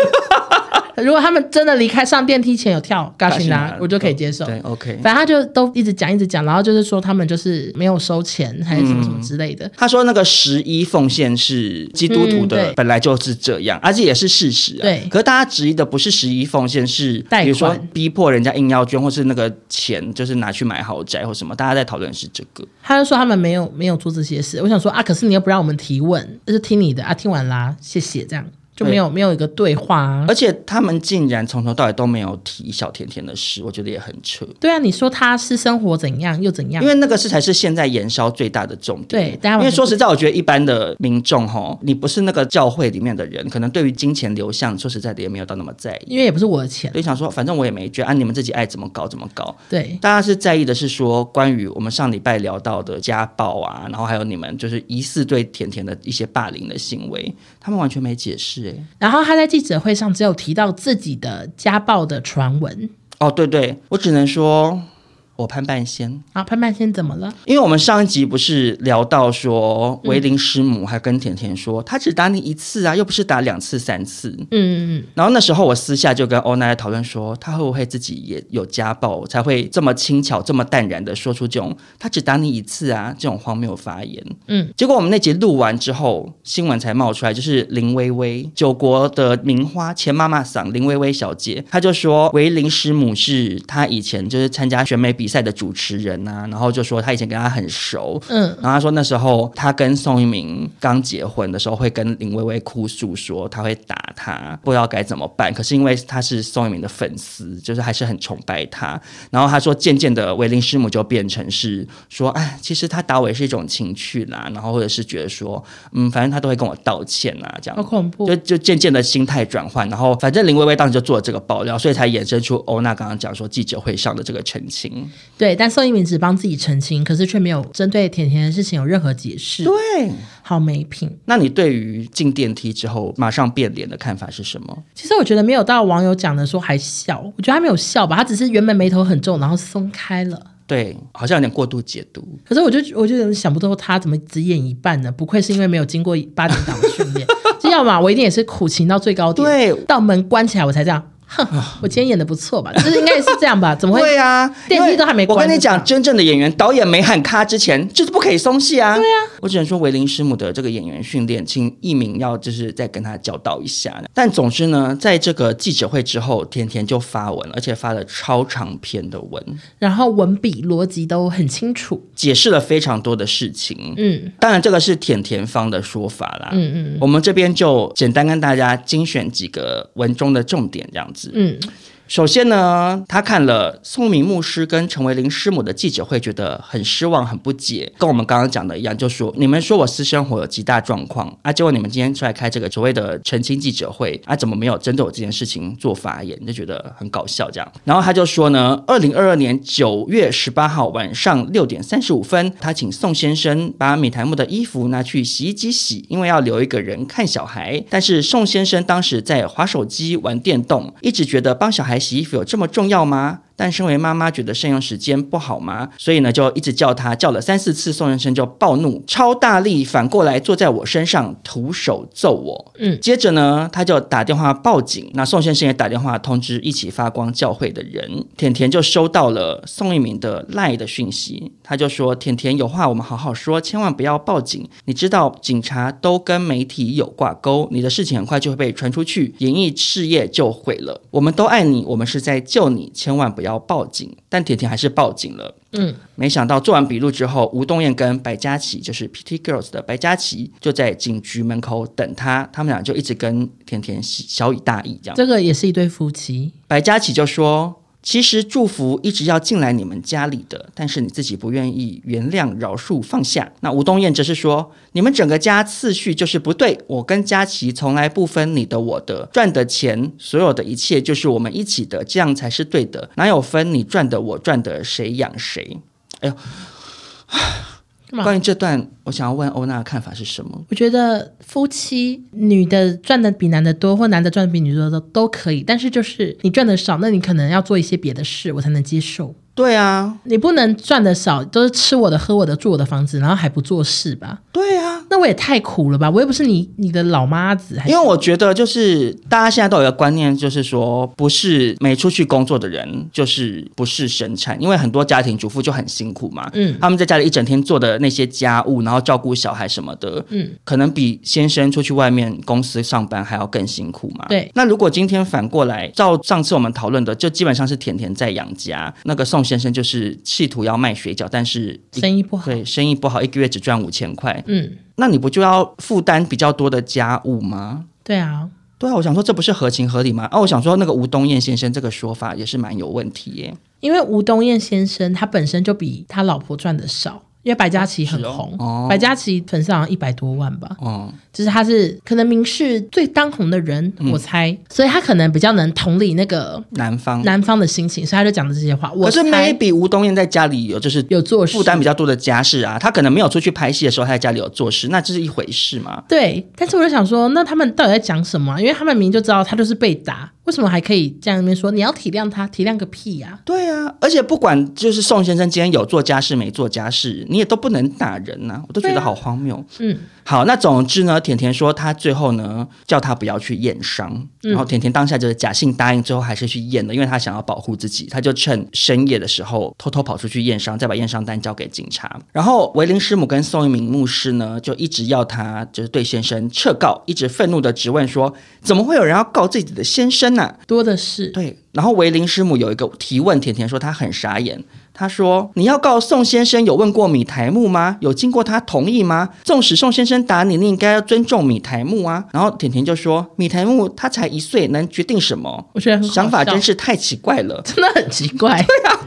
[SPEAKER 1] 如果他们真的离开上电梯前有跳嘎西娜，我就可以接受。
[SPEAKER 3] 对，OK。
[SPEAKER 1] 反正他就都一直讲一直讲，然后就是说他们就是没有收钱还是什么什么之类的。
[SPEAKER 3] 他说那个十一奉献是基督徒
[SPEAKER 1] 嗯
[SPEAKER 3] 的，
[SPEAKER 1] 对
[SPEAKER 3] 本来就是这样，而且也是事实啊。
[SPEAKER 1] 对
[SPEAKER 3] 可是大家质疑的不是十一奉献，是
[SPEAKER 1] 贷款
[SPEAKER 3] 比如说逼迫人家硬要捐，或是那个钱就是拿去买豪宅或什么，大家在讨论是这个。
[SPEAKER 1] 他就说他们没有没有做这些事。我想说啊，可是你又不让我们提问，那就听你的啊，听完啦，谢谢，这样就没有没有一个对话、啊。
[SPEAKER 3] 而且他们竟然从头到尾都没有提小甜甜的事，我觉得也很扯。
[SPEAKER 1] 对啊，你说他是生活怎样又怎样
[SPEAKER 3] 因？为那个是才是现在燃烧最大的重点。
[SPEAKER 1] 对大家
[SPEAKER 3] 因
[SPEAKER 1] 完
[SPEAKER 3] 为
[SPEAKER 1] 全
[SPEAKER 3] 说实在，我觉得一般的民众吼，你不是那个教会里面的人，可能对于金钱流向，说实在的也没有到那么在意。
[SPEAKER 1] 因为也不是我的钱，
[SPEAKER 3] 所以想说，反正我也没捐，按、你们自己爱怎么搞怎么搞。
[SPEAKER 1] 对，
[SPEAKER 3] 大家是在意的是说，关于我们上礼拜聊到的家暴啊，然后还有你们就是疑似对甜甜的一些霸凌的行为，他们完全没解释、欸。
[SPEAKER 1] 然后他在记者会上只有提到自己的家暴的传闻
[SPEAKER 3] 哦，对对，我只能说，我潘半仙。
[SPEAKER 1] 啊，潘半仙怎么了？
[SPEAKER 3] 因为我们上一集不是聊到说，维林师母还跟甜甜说，她只打你一次啊，又不是打两次、三次。
[SPEAKER 1] 嗯嗯
[SPEAKER 3] 然后那时候我私下就跟欧奈讨论说，她会不会自己也有家暴，才会这么轻巧、这么淡然的说出这种“她只打你一次啊”这种荒谬发言。
[SPEAKER 1] 嗯，
[SPEAKER 3] 结果我们那集录完之后，新闻才冒出来，就是林薇薇，九国的名花前妈妈桑林薇薇小姐，她就说维林师母是她以前就是参加选美比赛的主持人呐、然后就说她以前跟她很熟，
[SPEAKER 1] 嗯，
[SPEAKER 3] 然后她说那时候她跟宋一鸣刚结婚的时候，会跟林薇薇哭诉说她会打他，不知道该怎么办。可是因为他是宋一鸣的粉丝，就是还是很崇拜他。然后他说，渐渐的，维林师母就变成是说，哎，其实他打我也是一种情趣啦，然后或者是觉得说，嗯，反正他都会跟我道歉啦，这样
[SPEAKER 1] 好恐怖
[SPEAKER 3] 就。就渐渐的心态转换，然后反正林薇薇当时就做了这个爆料，所以才衍生出欧娜刚刚讲说记者会上的这个澄清。
[SPEAKER 1] 对，但宋一鸣只帮自己澄清，可是却没有针对甜甜的事情有任何解释，
[SPEAKER 3] 对，
[SPEAKER 1] 好没品。
[SPEAKER 3] 那你对于进电梯之后马上变脸的看法是什么？
[SPEAKER 1] 其实我觉得没有到网友讲的说还笑，我觉得他没有笑吧，他只是原本眉头很重，然后松开了。
[SPEAKER 3] 对，好像有点过度解读。
[SPEAKER 1] 可是我就我就有点想不透他怎么只演一半呢？不愧是因为没有经过八点档的训练， 这要嘛我一定也是苦情到最高点，
[SPEAKER 3] 对啊
[SPEAKER 1] 到门关起来我才这样。哼，我今天演的不错吧？就是应该也是这样吧？怎么会？
[SPEAKER 3] 对啊，
[SPEAKER 1] 电梯都还没
[SPEAKER 3] 因为
[SPEAKER 1] 关
[SPEAKER 3] 我跟你
[SPEAKER 1] 就这样
[SPEAKER 3] 讲，真正的演员，导演没喊咔之前，就是不可以松懈啊。对啊，我只能说维林师母的这个演员训练，请艺名要就是再跟他教导一下。但总之呢，在这个记者会之后，甜甜就发文，而且发了超长篇的文，
[SPEAKER 1] 然后文笔逻辑都很清楚，
[SPEAKER 3] 解释了非常多的事情。
[SPEAKER 1] 嗯
[SPEAKER 3] 当然，这个是甜甜方的说法啦。
[SPEAKER 1] 嗯嗯
[SPEAKER 3] 我们这边就简单跟大家精选几个文中的重点，这样子。
[SPEAKER 1] 嗯，
[SPEAKER 3] 首先呢，他看了宋明牧师跟陈维林师母的记者会，觉得很失望、很不解，跟我们刚刚讲的一样，就说你们说我私生活有极大状况啊，结果你们今天出来开这个所谓的澄清记者会啊，怎么没有针对我这件事情做发言，就觉得很搞笑这样。然后他就说呢，二零二二年九月十八号晚上六点三十五分，他请宋先生把米台木的衣服拿去洗衣机洗，因为要留一个人看小孩。但是宋先生当时在划手机玩电动，一直觉得帮小孩洗衣服有这么重要吗？但身为妈妈，觉得善用时间不好吗？所以呢，就一直叫他，叫了三四次，宋先生就暴怒，超大力反过来坐在我身上，徒手揍我。
[SPEAKER 1] 嗯
[SPEAKER 3] 接着呢，他就打电话报警，那宋先生也打电话通知一起发光教会的人。甜甜就收到了宋一鸣的赖的讯息，他就说：“甜甜有话我们好好说，千万不要报警。你知道警察都跟媒体有挂钩，你的事情很快就会被传出去，演艺事业就毁了。我们都爱你，我们是在救你，千万不要报警。”但甜甜还是报警了。没想到做完笔录之后，吴东彦跟白嘉琪，就是 PT Girls 的白嘉琪，就在警局门口等他。他们俩就一直跟甜甜小以大意这样。
[SPEAKER 1] 这个也是一对夫妻，
[SPEAKER 3] 白嘉琪就说：“其实祝福一直要进来你们家里的，但是你自己不愿意原谅、饶恕、放下。”那吴东彦则是说：“你们整个家次序就是不对，我跟佳琪从来不分你的我的，赚的钱，所有的一切就是我们一起的，这样才是对的，哪有分你赚的我赚的，谁养谁？”哎呦。
[SPEAKER 1] 干嘛
[SPEAKER 3] 关于这段，我想要问欧娜的看法是什么？
[SPEAKER 1] 我觉得夫妻女的赚的比男的多，或男的赚的比女的多都可以，但是就是你赚的少，那你可能要做一些别的事，我才能接受。
[SPEAKER 3] 对啊，
[SPEAKER 1] 你不能赚的少，都是吃我的、喝我的、住我的房子，然后还不做事吧？
[SPEAKER 3] 对啊，
[SPEAKER 1] 那我也太苦了吧！我又不是你你的老妈子，还
[SPEAKER 3] 因为我觉得就是大家现在都有一个观念，就是说不是没出去工作的人就是不是生产，因为很多家庭主妇就很辛苦嘛，
[SPEAKER 1] 嗯
[SPEAKER 3] 他们在家里一整天做的那些家务，然后照顾小孩什么的，
[SPEAKER 1] 嗯，
[SPEAKER 3] 可能比先生出去外面公司上班还要更辛苦嘛。
[SPEAKER 1] 对
[SPEAKER 3] 那如果今天反过来，照上次我们讨论的，就基本上是甜甜在养家，那个宋先生就是企图要卖水饺，但是一
[SPEAKER 1] 生意不好。
[SPEAKER 3] 对生意不好，一个月只赚五千块，
[SPEAKER 1] 嗯，
[SPEAKER 3] 那你不就要负担比较多的家务吗？
[SPEAKER 1] 对啊，
[SPEAKER 3] 对啊，我想说这不是合情合理吗？啊，我想说那个吴东彦先生这个说法也是蛮有问题耶。
[SPEAKER 1] 因为吴东彦先生他本身就比他老婆赚的少。因为白嘉琪很
[SPEAKER 3] 是哦
[SPEAKER 1] 红，
[SPEAKER 3] 哦
[SPEAKER 1] 白嘉琪粉丝好像一百多万吧，
[SPEAKER 3] 嗯，
[SPEAKER 1] 就是他是可能明世最当红的人，我猜，所以他可能比较能同理那个
[SPEAKER 3] 男方，
[SPEAKER 1] 男方的心情，所以他就讲的这些话。我
[SPEAKER 3] 可是
[SPEAKER 1] 猜
[SPEAKER 3] maybe 吴东彦在家里有就是
[SPEAKER 1] 有做事
[SPEAKER 3] 负担比较多的家事啊，他可能没有出去拍戏的时候，他在家里有做事，那这是一回事嘛。
[SPEAKER 1] 对，但是我就想说，那他们到底在讲什么啊、因为他们明明就知道他就是被打，为什么还可以这样那边说你要体谅他？体谅个屁呀、
[SPEAKER 3] 对啊，而且不管就是宋先生今天有做家事没做家事，你也都不能打人呐、我都觉
[SPEAKER 1] 对
[SPEAKER 3] 得
[SPEAKER 1] 啊
[SPEAKER 3] 好荒谬。
[SPEAKER 1] 嗯，
[SPEAKER 3] 好，那总之呢，甜甜说她最后呢叫他不要去验伤，
[SPEAKER 1] 嗯
[SPEAKER 3] 然后甜甜当下就是假性答应，最后还是去验了，因为她想要保护自己，她就趁深夜的时候偷偷跑出去验伤，再把验伤单交给警察。然后维林师母跟宋一鸣牧师呢，就一直要他就是对先生撤告，一直愤怒的质问说，怎么会有人要告自己的先生呢、
[SPEAKER 1] 多的是。
[SPEAKER 3] 对，然后维林师母有一个提问甜甜说她很傻眼，他说：“你要告宋先生有问过米台木吗？有经过他同意吗？纵使宋先生打你，你应该要尊重米台木啊。”然后甜甜就说：“米台木他才一岁，能决定什么？
[SPEAKER 1] 我觉得很好笑
[SPEAKER 3] 想法真是太奇怪了。”
[SPEAKER 1] 真的很奇 怪。对啊，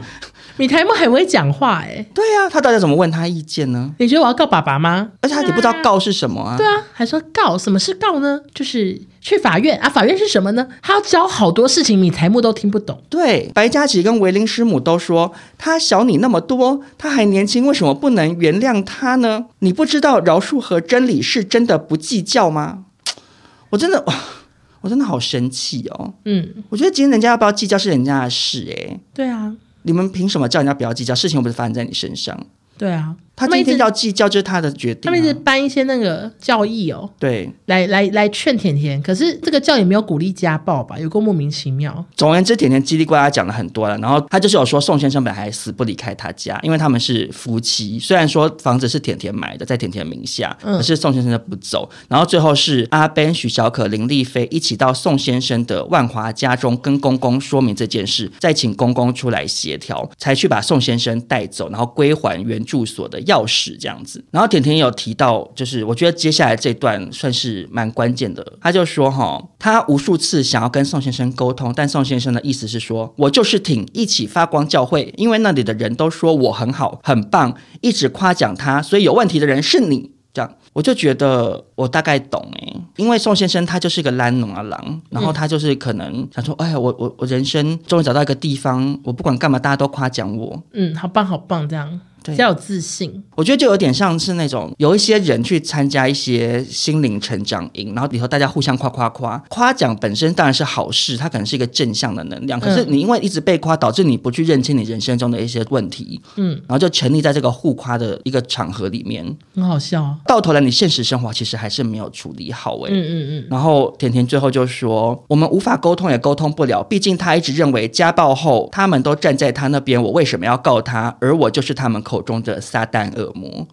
[SPEAKER 1] 米台木很会讲话哎、
[SPEAKER 3] 对啊，他到底怎么问他意见呢？
[SPEAKER 1] 你觉得我要告爸爸吗？
[SPEAKER 3] 而且他也不知道告是什么啊。
[SPEAKER 1] 对啊，还说告，什么是告呢？就是去法院啊，法院是什么呢？他要教好多事情，米台木都听不懂。
[SPEAKER 3] 对，白嘉琪跟维林师母都说，他小你那么多，他还年轻，为什么不能原谅他呢？你不知道饶恕和真理是真的不计较吗？ 我真的，哇 我真的好生气哦！
[SPEAKER 1] 嗯，
[SPEAKER 3] 我觉得今天人家要不要计较是人家的事、诶，
[SPEAKER 1] 对啊，
[SPEAKER 3] 你们凭什么叫人家不要计较？事情又不是发生在你身上，
[SPEAKER 1] 对啊，
[SPEAKER 3] 他
[SPEAKER 1] 们一
[SPEAKER 3] 今
[SPEAKER 1] 直
[SPEAKER 3] 天要计较就是他的决定、
[SPEAKER 1] 他
[SPEAKER 3] 啊。
[SPEAKER 1] 们一直搬一些那个教义哦，
[SPEAKER 3] 对，
[SPEAKER 1] 来来来劝甜甜，可是这个教也没有鼓励家暴吧，有够莫名其妙。
[SPEAKER 3] 总而言之，甜甜叽里呱啦讲了很多了，然后他就是有说宋先生本来还死不离开他家，因为他们是夫妻。虽然说房子是甜甜买的，在甜甜名下，
[SPEAKER 1] 嗯
[SPEAKER 3] 可是宋先生就不走。然后最后是阿 Ben、许小可、林丽菲一起到宋先生的万华家中跟公公说明这件事，再请公公出来协调，才去把宋先生带走，然后归还原住所的钥匙这样子。然后甜甜有提到，就是我觉得接下来这段算是蛮关键的。他就说哈，他无数次想要跟宋先生沟通，但宋先生的意思是说，我就是挺一起发光教会，因为那里的人都说我很好、很棒，一直夸奖他，所以有问题的人是你。这样，我就觉得我大概懂诶、因为宋先生他就是个懒农啊狼，然后他就是可能想说，哎呀，我我我人生终于找到一个地方，我不管干嘛，大家都夸奖我，
[SPEAKER 1] 嗯，好棒好棒，这样
[SPEAKER 3] 对
[SPEAKER 1] 比较有自信。
[SPEAKER 3] 我觉得就有点像是那种有一些人去参加一些心灵成长营，然后里头大家互相夸夸夸，夸奖本身当然是好事，它可能是一个正向的能量。可是你因为一直被夸，导致你不去认清你人生中的一些问题，
[SPEAKER 1] 嗯，
[SPEAKER 3] 然后就沉溺在这个互夸的一个场合里面，
[SPEAKER 1] 很好笑啊。
[SPEAKER 3] 到头来你现实生活其实还是没有处理好、欸，
[SPEAKER 1] 嗯嗯嗯，
[SPEAKER 3] 然后甜甜最后就说：“我们无法沟通，也沟通不了。毕竟他一直认为家暴后，他们都站在他那边，我为什么要告他？而我就是他们口中的撒旦恶魔。”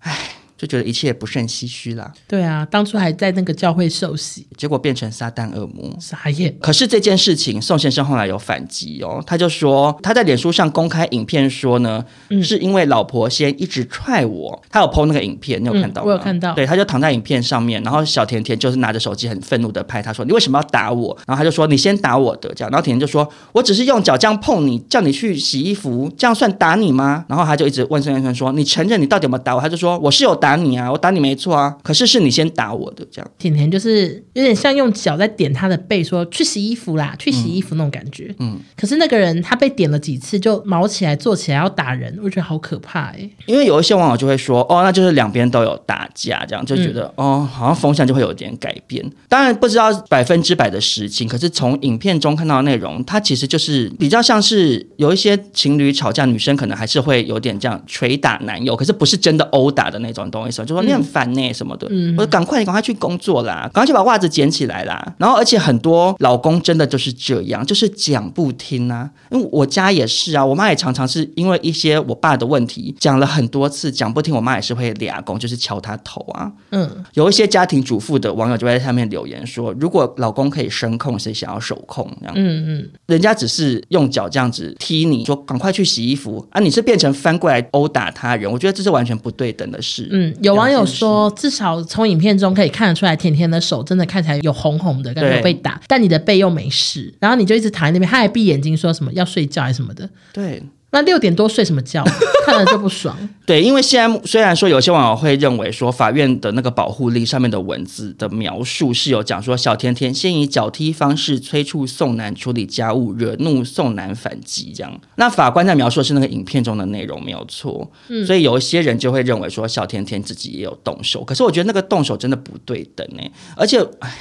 [SPEAKER 3] 唉，就觉得一切不胜唏嘘啦。
[SPEAKER 1] 对啊，当初还在那个教会受洗，
[SPEAKER 3] 结果变成撒旦恶魔。
[SPEAKER 1] 傻眼。
[SPEAKER 3] 可是这件事情，宋先生后来有反击哦，他就说他在脸书上公开影片说呢，是因为老婆先一直踹我，他有 PO 那个影片，你有看到吗？
[SPEAKER 1] 嗯我有看到
[SPEAKER 3] 对，他就躺在影片上面，然后小甜甜就是拿着手机很愤怒的拍他说：“你为什么要打我？”然后他就说：“你先打我的。”这样，然后甜甜就说：“我只是用脚这样碰你，叫你去洗衣服，这样算打你吗？”然后他就一直问宋先生说：“你承认你到底有没有打我？”他就说：“我是有打你啊，我打你没错啊，可是是你先打我的。”这样。
[SPEAKER 1] 甜甜就是有点像用脚在点他的背说去洗衣服啦，去洗衣服那种感觉。嗯，可是那个人他被点了几次就毛起来，坐起来要打人，我觉得好可怕哎、
[SPEAKER 3] 因为有一些网友就会说，哦，那就是两边都有打架，这样就觉得、哦，好像风向就会有点改变。当然不知道百分之百的实情，可是从影片中看到的内容，它其实就是比较像是有一些情侣吵架，女生可能还是会有点这样捶打男友，可是不是真的殴打的那种，你懂我意思吗？就说你很烦呢、什么的，我说赶快你赶快去工作啦，赶快去把袜子捡起来啦。然后而且很多老公真的就是这样，就是讲不听啊。因为我家也是啊，我妈也常常是因为一些我爸的问题讲了很多次，讲不听，我妈也是会俩公，就是敲他头啊。
[SPEAKER 1] 嗯，
[SPEAKER 3] 有一些家庭主妇的网友就会在下面留言说，如果老公可以声控，谁想要手控？这样，
[SPEAKER 1] 嗯嗯，
[SPEAKER 3] 人家只是用脚这样子踢你，说赶快去洗衣服啊，你是变成翻过来殴打他人，我觉得这是完全不对等的事。
[SPEAKER 1] 嗯，有网友说，至少从影片中可以看得出来，甜甜的手真的看起来有红红的，感觉
[SPEAKER 3] 对
[SPEAKER 1] 有被打，但你的背又没事，然后你就一直躺在那边，他还闭眼睛说什么要睡觉还是什么的。
[SPEAKER 3] 对。
[SPEAKER 1] 那六点多睡什么觉？看了就不爽。
[SPEAKER 3] 对，因为现在虽然说有些网友会认为说法院的那个保护令上面的文字的描述是有讲说小甜甜先以脚踢方式催促宋男处理家务，惹怒宋男反击这样。那法官在描述的是那个影片中的内容没有错，所以有一些人就会认为说小甜甜自己也有动手，可是我觉得那个动手真的不对等呢、而且。唉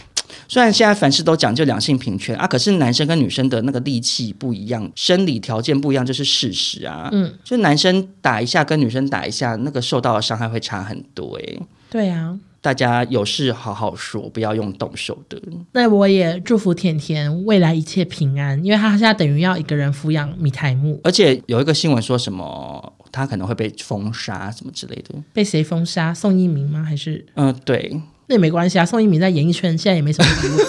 [SPEAKER 3] 虽然现在凡事都讲究两性平权啊，可是男生跟女生的那个力气不一样，生理条件不一样，这是事实啊。
[SPEAKER 1] 嗯，
[SPEAKER 3] 就男生打一下跟女生打一下，那个受到的伤害会差很多诶、
[SPEAKER 1] 对啊，
[SPEAKER 3] 大家有事好好说，不要用动手的。
[SPEAKER 1] 那我也祝福甜甜未来一切平安，因为她现在等于要一个人抚养米苔木，
[SPEAKER 3] 而且有一个新闻说什么，他可能会被封杀什么之类的。
[SPEAKER 1] 被谁封杀？宋一鸣吗？还是
[SPEAKER 3] 嗯，对，
[SPEAKER 1] 那也没关系啊，宋一鸣在演艺圈现在也没什么名气。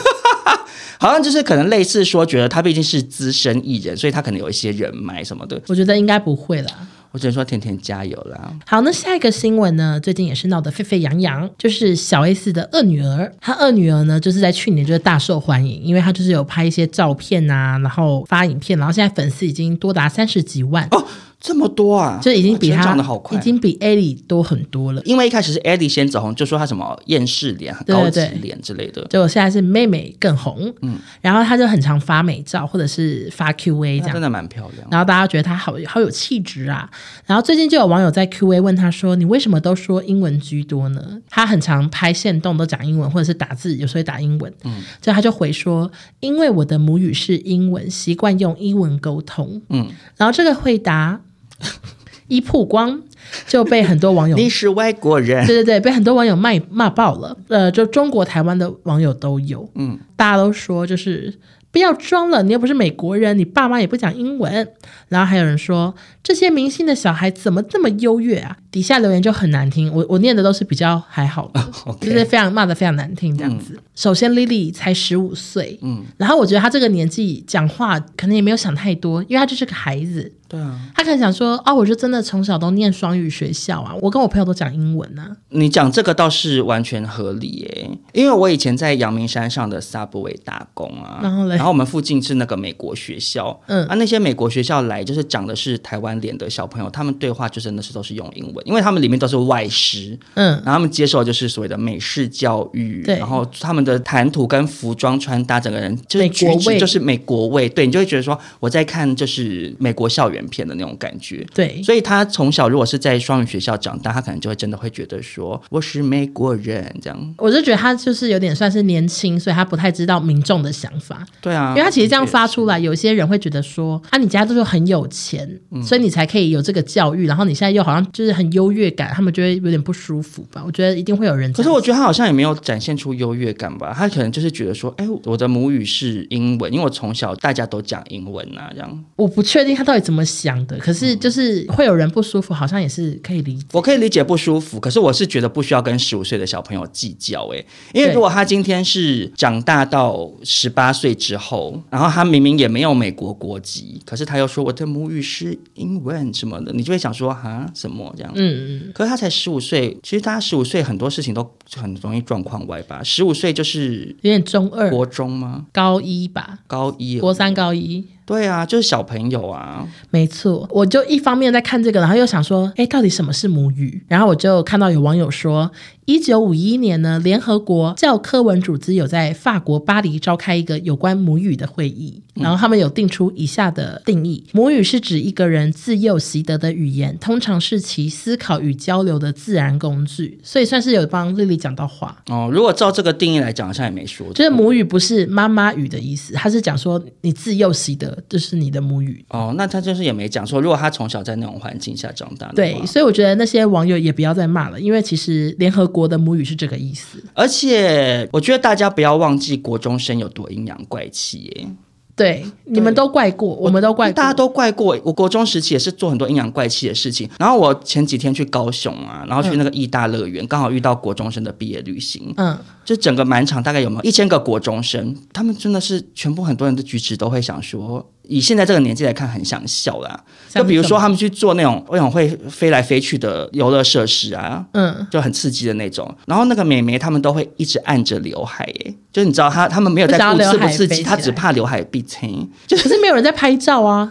[SPEAKER 3] 好像就是可能类似说，觉得他毕竟是资深艺人，所以他可能有一些人脉什么的。
[SPEAKER 1] 我觉得应该不会啦。
[SPEAKER 3] 我只能说甜甜加油啦！
[SPEAKER 1] 好，那下一个新闻呢？最近也是闹得沸沸扬扬，就是小 S 的二女儿，她二女儿呢，就是在去年就是大受欢迎，因为她就是有拍一些照片啊，然后发影片，然后现在粉丝已经多达三十几万，
[SPEAKER 3] 哦，这么多啊，
[SPEAKER 1] 就已经比
[SPEAKER 3] 哇
[SPEAKER 1] 她
[SPEAKER 3] 成长的好快，
[SPEAKER 1] 已经比 Ellie 多很多了。
[SPEAKER 3] 因为一开始是 Eddie 先走红，就说他什么厌世脸、很
[SPEAKER 1] 对
[SPEAKER 3] 高级
[SPEAKER 1] 对
[SPEAKER 3] 脸之类的。
[SPEAKER 1] 结果现在是妹妹更红，嗯，然后她就很常发美照或者是发 Q&A 这
[SPEAKER 3] 她
[SPEAKER 1] 样
[SPEAKER 3] 真，的蛮漂亮，
[SPEAKER 1] 然后大家觉得他好好有气质啊。然后最近就有网友在 Q&A 问他说：“你为什么都说英文居多呢？”他很常拍线动都讲英文，或者是打字有时候会打英文。嗯，所以他就回说：“因为我的母语是英文，习惯用英文沟通。”嗯，然后这个回答一曝光就被很多网友
[SPEAKER 3] 你是外 国人，
[SPEAKER 1] 对对对，被很多网友骂骂爆了。呃，就中国、台湾的网友都有，嗯，大家都说就是不要装了，你又不是美国人，你爸妈也不讲英文。然后还有人说这些明星的小孩怎么这么优越啊？底下留言就很难听，我我 念的都是比较还好 的，
[SPEAKER 3] OK
[SPEAKER 1] 就是非常骂的非常难听这样子。首先，Lily 才十五岁，嗯，然后我觉得她这个年纪讲话可能也没有想太多，因为她就是个孩子，
[SPEAKER 3] 对啊，
[SPEAKER 1] 他可能想说，哦，我就真的从小都念双语学校啊，我跟我朋友都讲英文啊。
[SPEAKER 3] 你讲这个倒是完全合理耶、因为我以前在阳明山上的 Subway 打工啊，
[SPEAKER 1] 然后嘞
[SPEAKER 3] 我们附近是那个美国学校，
[SPEAKER 1] 嗯
[SPEAKER 3] 啊，那些美国学校来就是长的是台湾脸的小朋友，他们对话就真的是都是用英文，因为他们里面都是外师，
[SPEAKER 1] 嗯，
[SPEAKER 3] 然后他们接受就是所谓的美式教育，
[SPEAKER 1] 对
[SPEAKER 3] 然后他们的谈吐跟服装穿搭，整个人就是
[SPEAKER 1] 美国
[SPEAKER 3] 举止
[SPEAKER 1] 味
[SPEAKER 3] 就是美国味，对你就会觉得说我在看就是美国校园片的那种感觉。
[SPEAKER 1] 对，
[SPEAKER 3] 所以他从小如果是在双语学校长大，他可能就会真的会觉得说我是美国人这样。
[SPEAKER 1] 我就觉得他就是有点算是年轻，所以他不太知道民众的想法。
[SPEAKER 3] 对啊，
[SPEAKER 1] 因为他其实这样发出来，有些人会觉得说啊，你家就是很有钱，所以你才可以有这个教育，然后你现在又好像就是很优越感，他们就会有点不舒服吧？我觉得一定会有人这
[SPEAKER 3] 可
[SPEAKER 1] 样。
[SPEAKER 3] 是我觉得他好像也没有展现出优越感吧，他可能就是觉得说，哎、我的母语是英文，因为我从小大家都讲英文啊，这样。
[SPEAKER 1] 我不确定他到底怎么想的，可是就是会有人不舒服，好像也是可以理解。
[SPEAKER 3] 我可以理解不舒服，可是我是觉得不需要跟十五岁的小朋友计较、欸，因为
[SPEAKER 1] 对
[SPEAKER 3] 如果他今天是长大到十八岁之后，然后他明明也没有美国国籍，可是他又说我的母语是英文什么的，你就会想说哈什么这样。
[SPEAKER 1] 嗯，嗯
[SPEAKER 3] 可是他才十五岁，其实他十五岁很多事情都很容易状况外吧。十五岁就是
[SPEAKER 1] 有点中二、
[SPEAKER 3] 国中吗？
[SPEAKER 1] 高一吧，
[SPEAKER 3] 高一？
[SPEAKER 1] 国三、高一。
[SPEAKER 3] 对啊，就是小朋友啊。
[SPEAKER 1] 没错，我就一方面在看这个，然后又想说，哎，到底什么是母语？然后我就看到有网友说，一九五一年呢，联合国教科文组织有在法国巴黎召开一个有关母语的会议，然后他们有定出以下的定义：母语是指一个人自幼习得的语言，通常是其思考与交流的自然工具，所以算是有帮丽丽讲到话。
[SPEAKER 3] 哦，如果照这个定义来讲，好像也没说错。
[SPEAKER 1] 就是母语不是妈妈语的意思，它是讲说你自幼习得，这、是你的母语。
[SPEAKER 3] 哦，那他就是也没讲说，如果他从小在那种环境下长大的话
[SPEAKER 1] 对，所以我觉得那些网友也不要再骂了，因为其实联合国的母语是这个意思。
[SPEAKER 3] 而且我觉得大家不要忘记国中生有多阴阳怪气耶，
[SPEAKER 1] 对，你们都怪过，我们都怪过，
[SPEAKER 3] 大家都怪过我国中时期也是做很多阴阳怪气的事情。然后我前几天去高雄啊，然后去那个义大乐园，刚好遇到国中生的毕业旅行，
[SPEAKER 1] 嗯，
[SPEAKER 3] 就整个满场大概有没有一千个国中生，他们真的是全部很多人的举止都会想说。以现在这个年纪来看，很想笑啦。
[SPEAKER 1] 像
[SPEAKER 3] 就比如
[SPEAKER 1] 什
[SPEAKER 3] 说，
[SPEAKER 1] 么
[SPEAKER 3] 他们去做那种那种会飞来飞去的游乐设施啊，
[SPEAKER 1] 嗯，
[SPEAKER 3] 就很刺激的那种。然后那个美眉她们都会一直按着刘海，哎，就是你知道她她们没有在
[SPEAKER 1] 不想
[SPEAKER 3] 顾
[SPEAKER 1] 要
[SPEAKER 3] 刺
[SPEAKER 1] 刘
[SPEAKER 3] 不
[SPEAKER 1] 海
[SPEAKER 3] 刺激，
[SPEAKER 1] 飞起
[SPEAKER 3] 她只
[SPEAKER 1] 来
[SPEAKER 3] 怕刘海被青。
[SPEAKER 1] 可是没有人在拍照啊，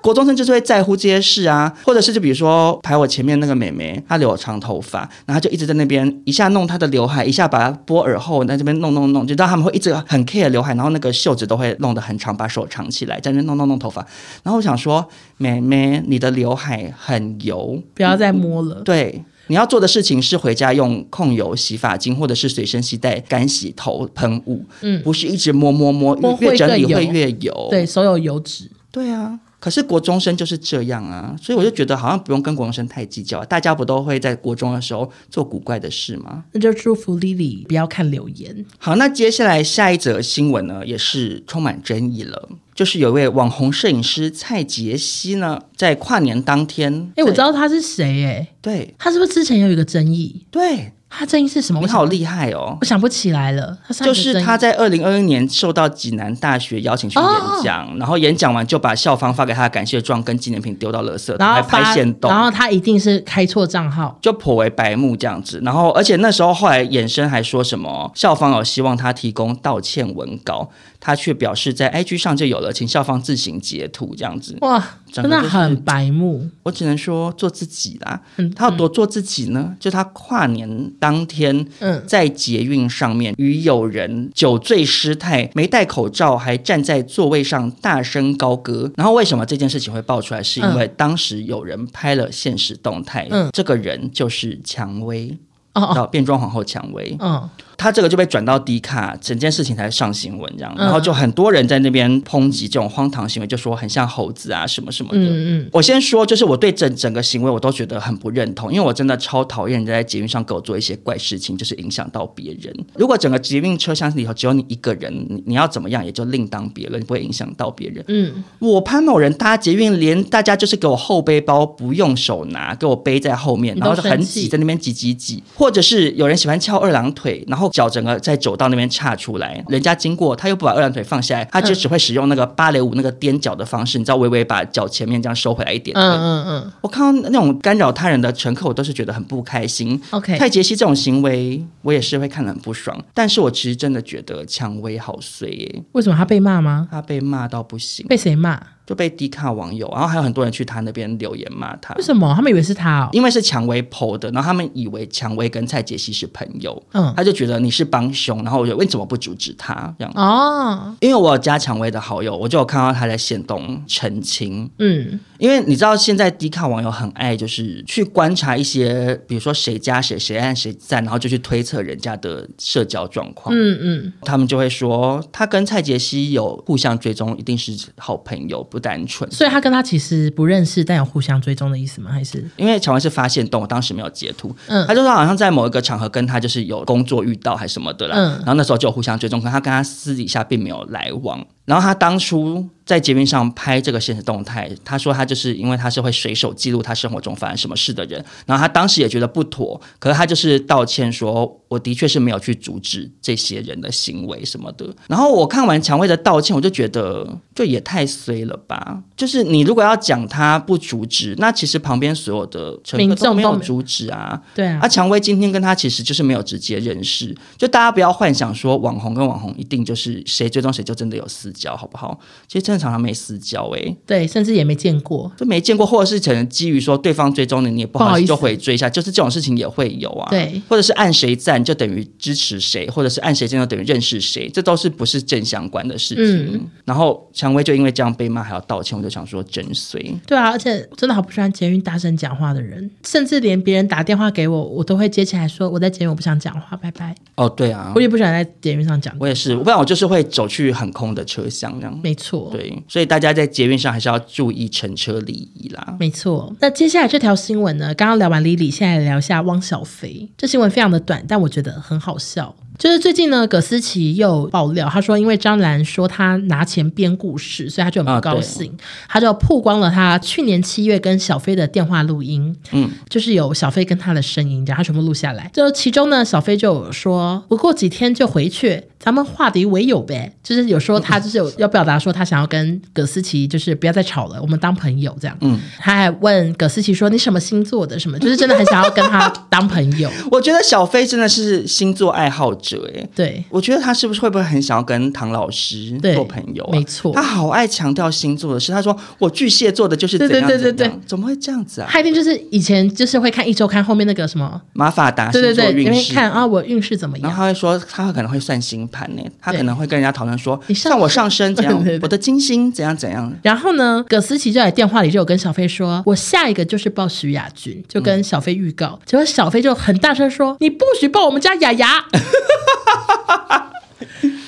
[SPEAKER 3] 国中生就是会在乎这些事啊，或者是就比如说排我前面那个妹妹，她留我长头发，然后她就一直在那边一下弄她的刘海，一下把她拨耳后，在这边弄弄弄，就知道他们会一直很 care 刘海，然后那个袖子都会弄得很长，把手藏起来，在那边弄弄弄头发。然后我想说，妹妹，你的刘海很油，
[SPEAKER 1] 不要再摸了。
[SPEAKER 3] 对。你要做的事情是回家用控油洗发精，或者是随身携带干洗头喷雾，
[SPEAKER 1] 嗯
[SPEAKER 3] 不是一直摸摸摸，
[SPEAKER 1] 摸
[SPEAKER 3] 越
[SPEAKER 1] 会
[SPEAKER 3] 整理
[SPEAKER 1] 更油
[SPEAKER 3] 会越油。
[SPEAKER 1] 对，手有油脂。
[SPEAKER 3] 对啊，可是国中生就是这样啊，所以我就觉得好像不用跟国中生太计较啊，大家不都会在国中的时候做古怪的事吗？
[SPEAKER 1] 那就祝福 Lily 不要看留言。
[SPEAKER 3] 好，那接下来下一则新闻呢，也是充满争议了，就是有一位网红摄影师蔡杰希呢，在跨年当天，
[SPEAKER 1] 哎、我知
[SPEAKER 3] 道，
[SPEAKER 1] 道他是谁、哎，
[SPEAKER 3] 对
[SPEAKER 1] 他是不是之前有一个争议？
[SPEAKER 3] 对，
[SPEAKER 1] 他正义是什么？
[SPEAKER 3] 你
[SPEAKER 1] 我想
[SPEAKER 3] 好厉害哦
[SPEAKER 1] 我！想不起来了。他上一
[SPEAKER 3] 就
[SPEAKER 1] 个
[SPEAKER 3] 是
[SPEAKER 1] 正义
[SPEAKER 3] 他在二零二一年受到济南大学邀请去演讲，
[SPEAKER 1] 哦
[SPEAKER 3] 然后演讲完就把校方发给他的感谢状跟纪念品丢到垃圾桶，
[SPEAKER 1] 然
[SPEAKER 3] 还
[SPEAKER 1] 后发
[SPEAKER 3] 拍现动，
[SPEAKER 1] 然后他一定是开错账号。
[SPEAKER 3] 就颇为白目这样子。然后，而且那时候后来衍生还说什么校方有希望他提供道歉文稿，他却表示在 IG 上就有了，请校方自行截图这样子。
[SPEAKER 1] 哇，
[SPEAKER 3] 整
[SPEAKER 1] 真
[SPEAKER 3] 个
[SPEAKER 1] 的
[SPEAKER 3] 就是
[SPEAKER 1] 很白目。
[SPEAKER 3] 我只能说做自己啦
[SPEAKER 1] 嗯。
[SPEAKER 3] 他有多做自己呢？就他跨年当天
[SPEAKER 1] 嗯，
[SPEAKER 3] 在捷运上面与友人酒醉失态，没戴口罩，还站在座位上大声高歌。然后为什么这件事情会爆出来？是因为当时有人拍了现实动态，
[SPEAKER 1] 嗯
[SPEAKER 3] 这个人就是蔷薇。
[SPEAKER 1] 哦哦，
[SPEAKER 3] 到变装皇后蔷薇，
[SPEAKER 1] 嗯，
[SPEAKER 3] 她这个就被转到迪卡，整件事情才上新闻这样，
[SPEAKER 1] 嗯
[SPEAKER 3] 然后就很多人在那边抨击这种荒唐行为，就说很像猴子啊什么什么的。
[SPEAKER 1] 嗯嗯
[SPEAKER 3] 我先说，就是我对整整个行为我都觉得很不认同，因为我真的超讨厌人家在捷运上给我做一些怪事情，就是影响到别人。如果整个捷运车厢里头只有你一个人，你你要怎么样也就另当别论，你不会影响到别人。
[SPEAKER 1] 嗯，
[SPEAKER 3] 我潘某人搭捷运，连大家就是给我后背包，不用手拿，给我背在后面，
[SPEAKER 1] 你都
[SPEAKER 3] 然后就很
[SPEAKER 1] 生气
[SPEAKER 3] 挤，在那边挤挤挤。或者是有人喜欢翘二郎腿，然后脚整个在走道那边岔出来，人家经过他又不把二郎腿放下来，他就
[SPEAKER 1] 嗯
[SPEAKER 3] 只会使用那个芭蕾舞那个踮脚的方式，你知道，微微把脚前面这样收回来一点。
[SPEAKER 1] 嗯嗯嗯
[SPEAKER 3] 我看到那种干扰他人的乘客，我都是觉得很不开心。
[SPEAKER 1] ，OK，
[SPEAKER 3] 泰杰西这种行为，我也是会看得很不爽，但是我其实真的觉得蔷薇好衰耶、
[SPEAKER 1] 为什么他被骂吗？
[SPEAKER 3] 他被骂到不行。
[SPEAKER 1] 被谁骂？
[SPEAKER 3] 就被低卡网友，然后还有很多人去他那边留言骂他
[SPEAKER 1] 为，什么他们以为是他哦？
[SPEAKER 3] 因为是蔷薇 PO 的，然后他们以为蔷薇跟蔡杰西是朋友，
[SPEAKER 1] 嗯，
[SPEAKER 3] 他就觉得你是帮凶，然后我就问你怎么不阻止他这样。
[SPEAKER 1] 哦，
[SPEAKER 3] 因为我有加蔷薇的好友，我就有看到他在线动澄清。
[SPEAKER 1] 嗯
[SPEAKER 3] 因为你知道现在低卡网友很爱就是去观察一些，比如说谁加谁，谁按谁赞，然后就去推测人家的社交状况。
[SPEAKER 1] 嗯嗯，
[SPEAKER 3] 他们就会说他跟蔡杰西有互相追踪，一定是好朋友，不单纯。
[SPEAKER 1] 所以他跟他其实不认识，但有互相追踪的意思吗？还是
[SPEAKER 3] 因为乔恩是发现洞，我当时没有截图。
[SPEAKER 1] 嗯
[SPEAKER 3] 他就说好像在某一个场合跟他就是有工作遇到还什么的啦，
[SPEAKER 1] 嗯
[SPEAKER 3] 然后那时候就有互相追踪，可他跟他私底下并没有来往。然后他当初在节目上拍这个现实动态，他说他就是因为他是会随手记录他生活中发生什么事的人，然后他当时也觉得不妥，可是他就是道歉说，我的确是没有去阻止这些人的行为什么的。然后我看完蔷薇的道歉，我就觉得就也太衰了吧，就是你如果要讲他不阻止，那其实旁边所有的乘客
[SPEAKER 1] 民众
[SPEAKER 3] 都
[SPEAKER 1] 都
[SPEAKER 3] 没有
[SPEAKER 1] 没
[SPEAKER 3] 阻止啊，
[SPEAKER 1] 对啊
[SPEAKER 3] 啊，？蔷薇今天跟他其实就是没有直接认识，就大家不要幻想说网红跟网红一定就是谁追踪谁就真的有私交，好不好？其实正常他没私交诶、
[SPEAKER 1] 对，甚至也没见过。
[SPEAKER 3] 就没见过，或者是可能基于说对方追踪你，你也不
[SPEAKER 1] 不
[SPEAKER 3] 好
[SPEAKER 1] 好
[SPEAKER 3] 意
[SPEAKER 1] 意思
[SPEAKER 3] 思就回追一下，就是这种事情也会有啊。
[SPEAKER 1] 对，
[SPEAKER 3] 或者是按谁赞就等于支持谁，或者是按谁赞就等于认识谁，这都是不是正相关的事情。
[SPEAKER 1] 嗯
[SPEAKER 3] 然后蔷薇就因为这样被骂还要道歉，我就想说真衰。
[SPEAKER 1] 对啊，而且我真的好不喜欢捷运大声讲话的人，甚至连别人打电话给我，我都会接起来说我在捷运我不想讲话，拜拜。
[SPEAKER 3] 哦，对啊
[SPEAKER 1] 我，也不喜欢在捷运上讲
[SPEAKER 3] 我也是，不然我就是会走去很空的车厢这样。
[SPEAKER 1] 没错，
[SPEAKER 3] 对，所以大家在捷运上还是要注意乘车礼仪啦。
[SPEAKER 1] 没错。那接下来这条新闻呢？刚刚聊完 Lily，现在来聊一下汪小菲。这新闻非常的短，但我觉得很好笑。就是最近呢，葛思琪又爆料，她说因为张兰说她拿钱编故事，所以她就很
[SPEAKER 3] 啊
[SPEAKER 1] 不高兴，她就曝光了她去年七月跟小飞的电话录音，
[SPEAKER 3] 嗯，
[SPEAKER 1] 就是有小飞跟她的声音，然后她全部录下来。就其中呢，小飞就有说，我过几天就回去，咱们话题为友呗。就是有说她就是有要表达说她想要跟葛思琪就是不要再吵了，我们当朋友这样。嗯，她还问葛思琪说你什么星座的什么，就是真的很想要跟她当朋 友。
[SPEAKER 3] 我觉得小飞真的是星座爱好者诶、
[SPEAKER 1] 对，
[SPEAKER 3] 我觉得他是不是会不会很想要跟唐老师
[SPEAKER 1] 对
[SPEAKER 3] 做朋友啊？
[SPEAKER 1] 没错
[SPEAKER 3] 他好爱强调星座的事。他说我巨蟹座的就是怎样怎样，
[SPEAKER 1] 对对对对
[SPEAKER 3] 怎么会这样子啊？
[SPEAKER 1] 她一定就是以前就是会看一周刊后面那个什么，
[SPEAKER 3] 马法达
[SPEAKER 1] 对
[SPEAKER 3] 啊星
[SPEAKER 1] 对
[SPEAKER 3] 座
[SPEAKER 1] 对，因
[SPEAKER 3] 运
[SPEAKER 1] 为
[SPEAKER 3] 势。
[SPEAKER 1] 看啊我运势怎么
[SPEAKER 3] 然后
[SPEAKER 1] 样。
[SPEAKER 3] 他会说，他可能会算星盘呢，他可
[SPEAKER 1] 对
[SPEAKER 3] 能会跟人家讨论说，
[SPEAKER 1] 你上
[SPEAKER 3] 像我上升怎样
[SPEAKER 1] 对对，对
[SPEAKER 3] 我的金星怎样怎样，
[SPEAKER 1] 然后呢，葛思琪就在电话里就有跟小飞说，我下一个就是报徐雅君，就跟小飞预告。结果小飞就很大声说：“你不许报我们家雅雅！”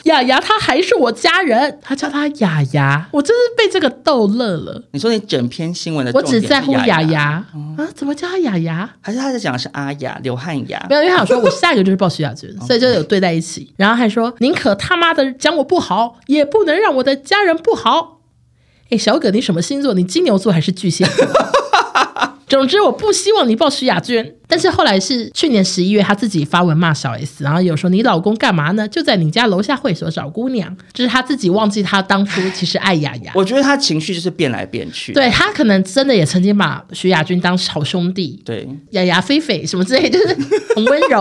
[SPEAKER 1] 雅雅，她还是我家人，她叫她雅雅，我真是被这个逗乐了。
[SPEAKER 3] 你说你整篇新闻的
[SPEAKER 1] 我
[SPEAKER 3] 重点
[SPEAKER 1] 只
[SPEAKER 3] 是
[SPEAKER 1] 在乎雅
[SPEAKER 3] 雅哦
[SPEAKER 1] 雅啊，怎么叫她雅雅？
[SPEAKER 3] 还是他在讲的是阿雅、刘汉雅
[SPEAKER 1] 没？有，因为他有说我下一个就是报徐雅君，所以就有对在一起。然后还说宁可他妈的讲我不好，也不能让我的家人不好。哎，小葛，你什么星座？你金牛座还是巨蟹座？ 总之，我不希望你抱持亚军。但是后来是去年十一月，他自己发文骂小 S，然后有说你老公干嘛呢？就在你家楼下会所找姑娘，就是他自己忘记他当初其实爱 雅雅。
[SPEAKER 3] 我觉得他情绪就是变来变去。
[SPEAKER 1] 对他可能真的也曾经把徐亚军当好兄弟，
[SPEAKER 3] 对，
[SPEAKER 1] 雅雅菲菲什么之类，就是 很温柔，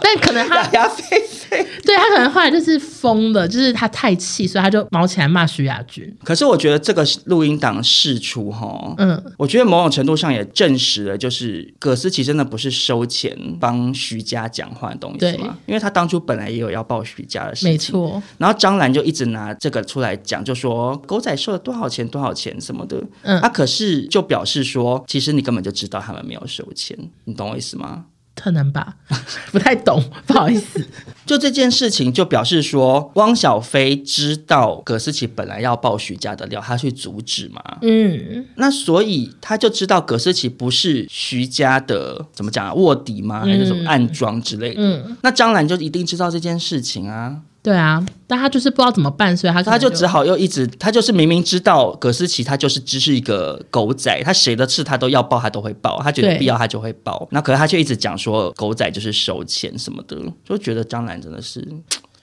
[SPEAKER 1] 但可能他
[SPEAKER 3] 大牙菲菲。
[SPEAKER 1] 对他可能后来就是疯了，就是他太气，所以他就毛起来骂徐亚军。
[SPEAKER 3] 可是我觉得这个录音档释出哈，
[SPEAKER 1] 嗯，
[SPEAKER 3] 我觉得某种程度上也证实了，就是葛思琪真的不是收钱帮徐佳讲话的东西
[SPEAKER 1] 对
[SPEAKER 3] 嘛，因为他当初本来也有要报徐佳的事情，
[SPEAKER 1] 没。错，
[SPEAKER 3] 然后张兰就一直拿这个出来讲，就说狗仔收了多少钱多少钱什么的，
[SPEAKER 1] 嗯
[SPEAKER 3] 啊，可是就表示说，其实你根本就知道他们没有收钱，你懂我意思吗？
[SPEAKER 1] 特能吧， 不太懂，不好意思。
[SPEAKER 3] 就这件事情，就表示说汪小菲知道葛思琪本来要爆徐家的料，他去阻止嘛。
[SPEAKER 1] 嗯，
[SPEAKER 3] 那所以他就知道葛思琪不是徐家的怎么讲啊卧底吗？还是什么暗桩之类的？
[SPEAKER 1] 嗯
[SPEAKER 3] 那张兰就一定知道这件事情啊，
[SPEAKER 1] 对啊，但他就是不知道怎么办，所以他可
[SPEAKER 3] 他
[SPEAKER 1] 能
[SPEAKER 3] 就
[SPEAKER 1] 就
[SPEAKER 3] 只好又一直，他就是明明知道葛思琪他就是只是一个狗仔，他谁的事他都要报，他都会报，他觉得
[SPEAKER 1] 对
[SPEAKER 3] 必要他就会报。那可是他却一直讲说狗仔就是收钱什么的，就觉得张兰真的是